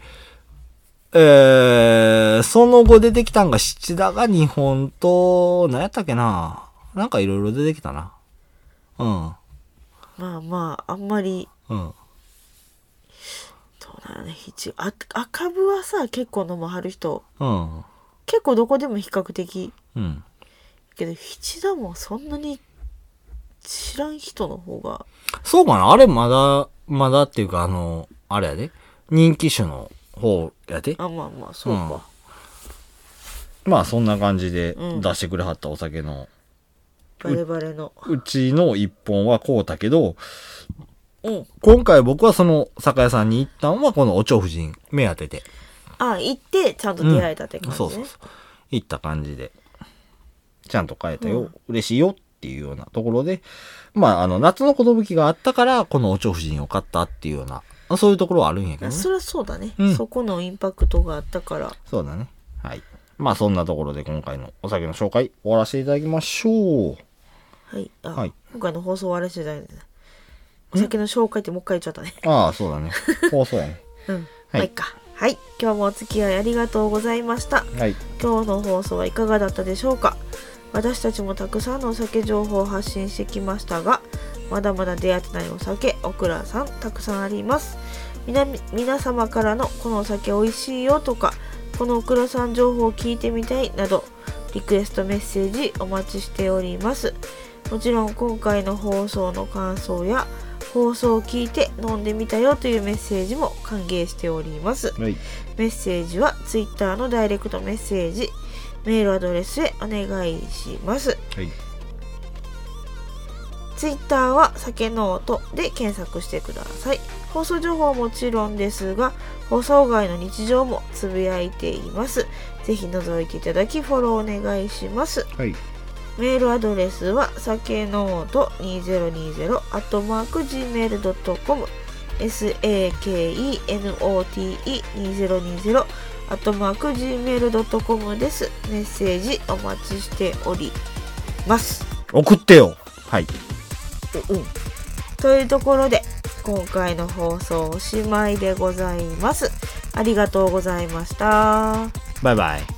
[SPEAKER 1] えー、その後出てきたんが七田が2本と、何やったっけななんかいろいろ出てきたな。うん。
[SPEAKER 2] まあまああんまり
[SPEAKER 1] うん。
[SPEAKER 2] どうなのね一あ赤部はさ結構飲まはる人
[SPEAKER 1] うん。
[SPEAKER 2] 結構どこでも比較的
[SPEAKER 1] うん。
[SPEAKER 2] けど七田もそんなに知らん人の方が
[SPEAKER 1] そうかなあれまだ、まだっていうかあの、あれやで。人気種の方やで。
[SPEAKER 2] あまあまあそうか、
[SPEAKER 1] まあそんな感じで
[SPEAKER 2] うん
[SPEAKER 1] 出してくれはったお酒の
[SPEAKER 2] バレバレの
[SPEAKER 1] うちの一本はこうだけど、
[SPEAKER 2] うん
[SPEAKER 1] 今回僕はその酒屋さんに行ったんはこのお蝶夫人目当てて、
[SPEAKER 2] あ行ってちゃんと出会えたって感じね、
[SPEAKER 1] そうそうそう。行った感じで、ちゃんと買えたよ、嬉しいよっていうようなところで、まああの夏の寿があったからこのお蝶夫人を買ったっていうような、そういうところはあるんやけど
[SPEAKER 2] あ
[SPEAKER 1] ね。
[SPEAKER 2] そりゃそうだね、
[SPEAKER 1] うん
[SPEAKER 2] そこのインパクトがあったから
[SPEAKER 1] そうだね。はい。まあそんなところで今回のお酒の紹介終わらせていただきましょう。
[SPEAKER 2] はい。あ、
[SPEAKER 1] はい
[SPEAKER 2] 今回の放送終わらせていただいてね。お酒の紹介ってもう一回言っちゃったね。
[SPEAKER 1] ああ、そう だね。放送やね。
[SPEAKER 2] うん。
[SPEAKER 1] はい
[SPEAKER 2] まあいっか。はい。今日もお付き合いありがとうございました。
[SPEAKER 1] はい。
[SPEAKER 2] 今日の放送はいかがだったでしょうか私たちもたくさんのお酒情報を発信してきましたがまだまだ出会ってないお酒オクラさんたくさんありますみな皆様からのこのお酒おいしいよとかこのオクラさん情報を聞いてみたいなどリクエストメッセージお待ちしておりますもちろん今回の放送の感想や放送を聞いて飲んでみたよというメッセージも歓迎しております
[SPEAKER 1] はい。
[SPEAKER 2] メッセージは Twitter のダイレクトメッセージメールアドレスへお願いします
[SPEAKER 1] はい。
[SPEAKER 2] Twitter は酒ノートで検索してください放送情報はもちろんですが放送外の日常もつぶやいていますぜひ覗いていただきフォローお願いします
[SPEAKER 1] はい。
[SPEAKER 2] メールアドレスは酒ノート2020 gmail.com sakenote2020 gmail.com です。メッセージお待ちしております。
[SPEAKER 1] 送ってよはい。
[SPEAKER 2] ううん。というところで、今回の放送おしまいでございます。ありがとうございました。
[SPEAKER 1] バイバイ。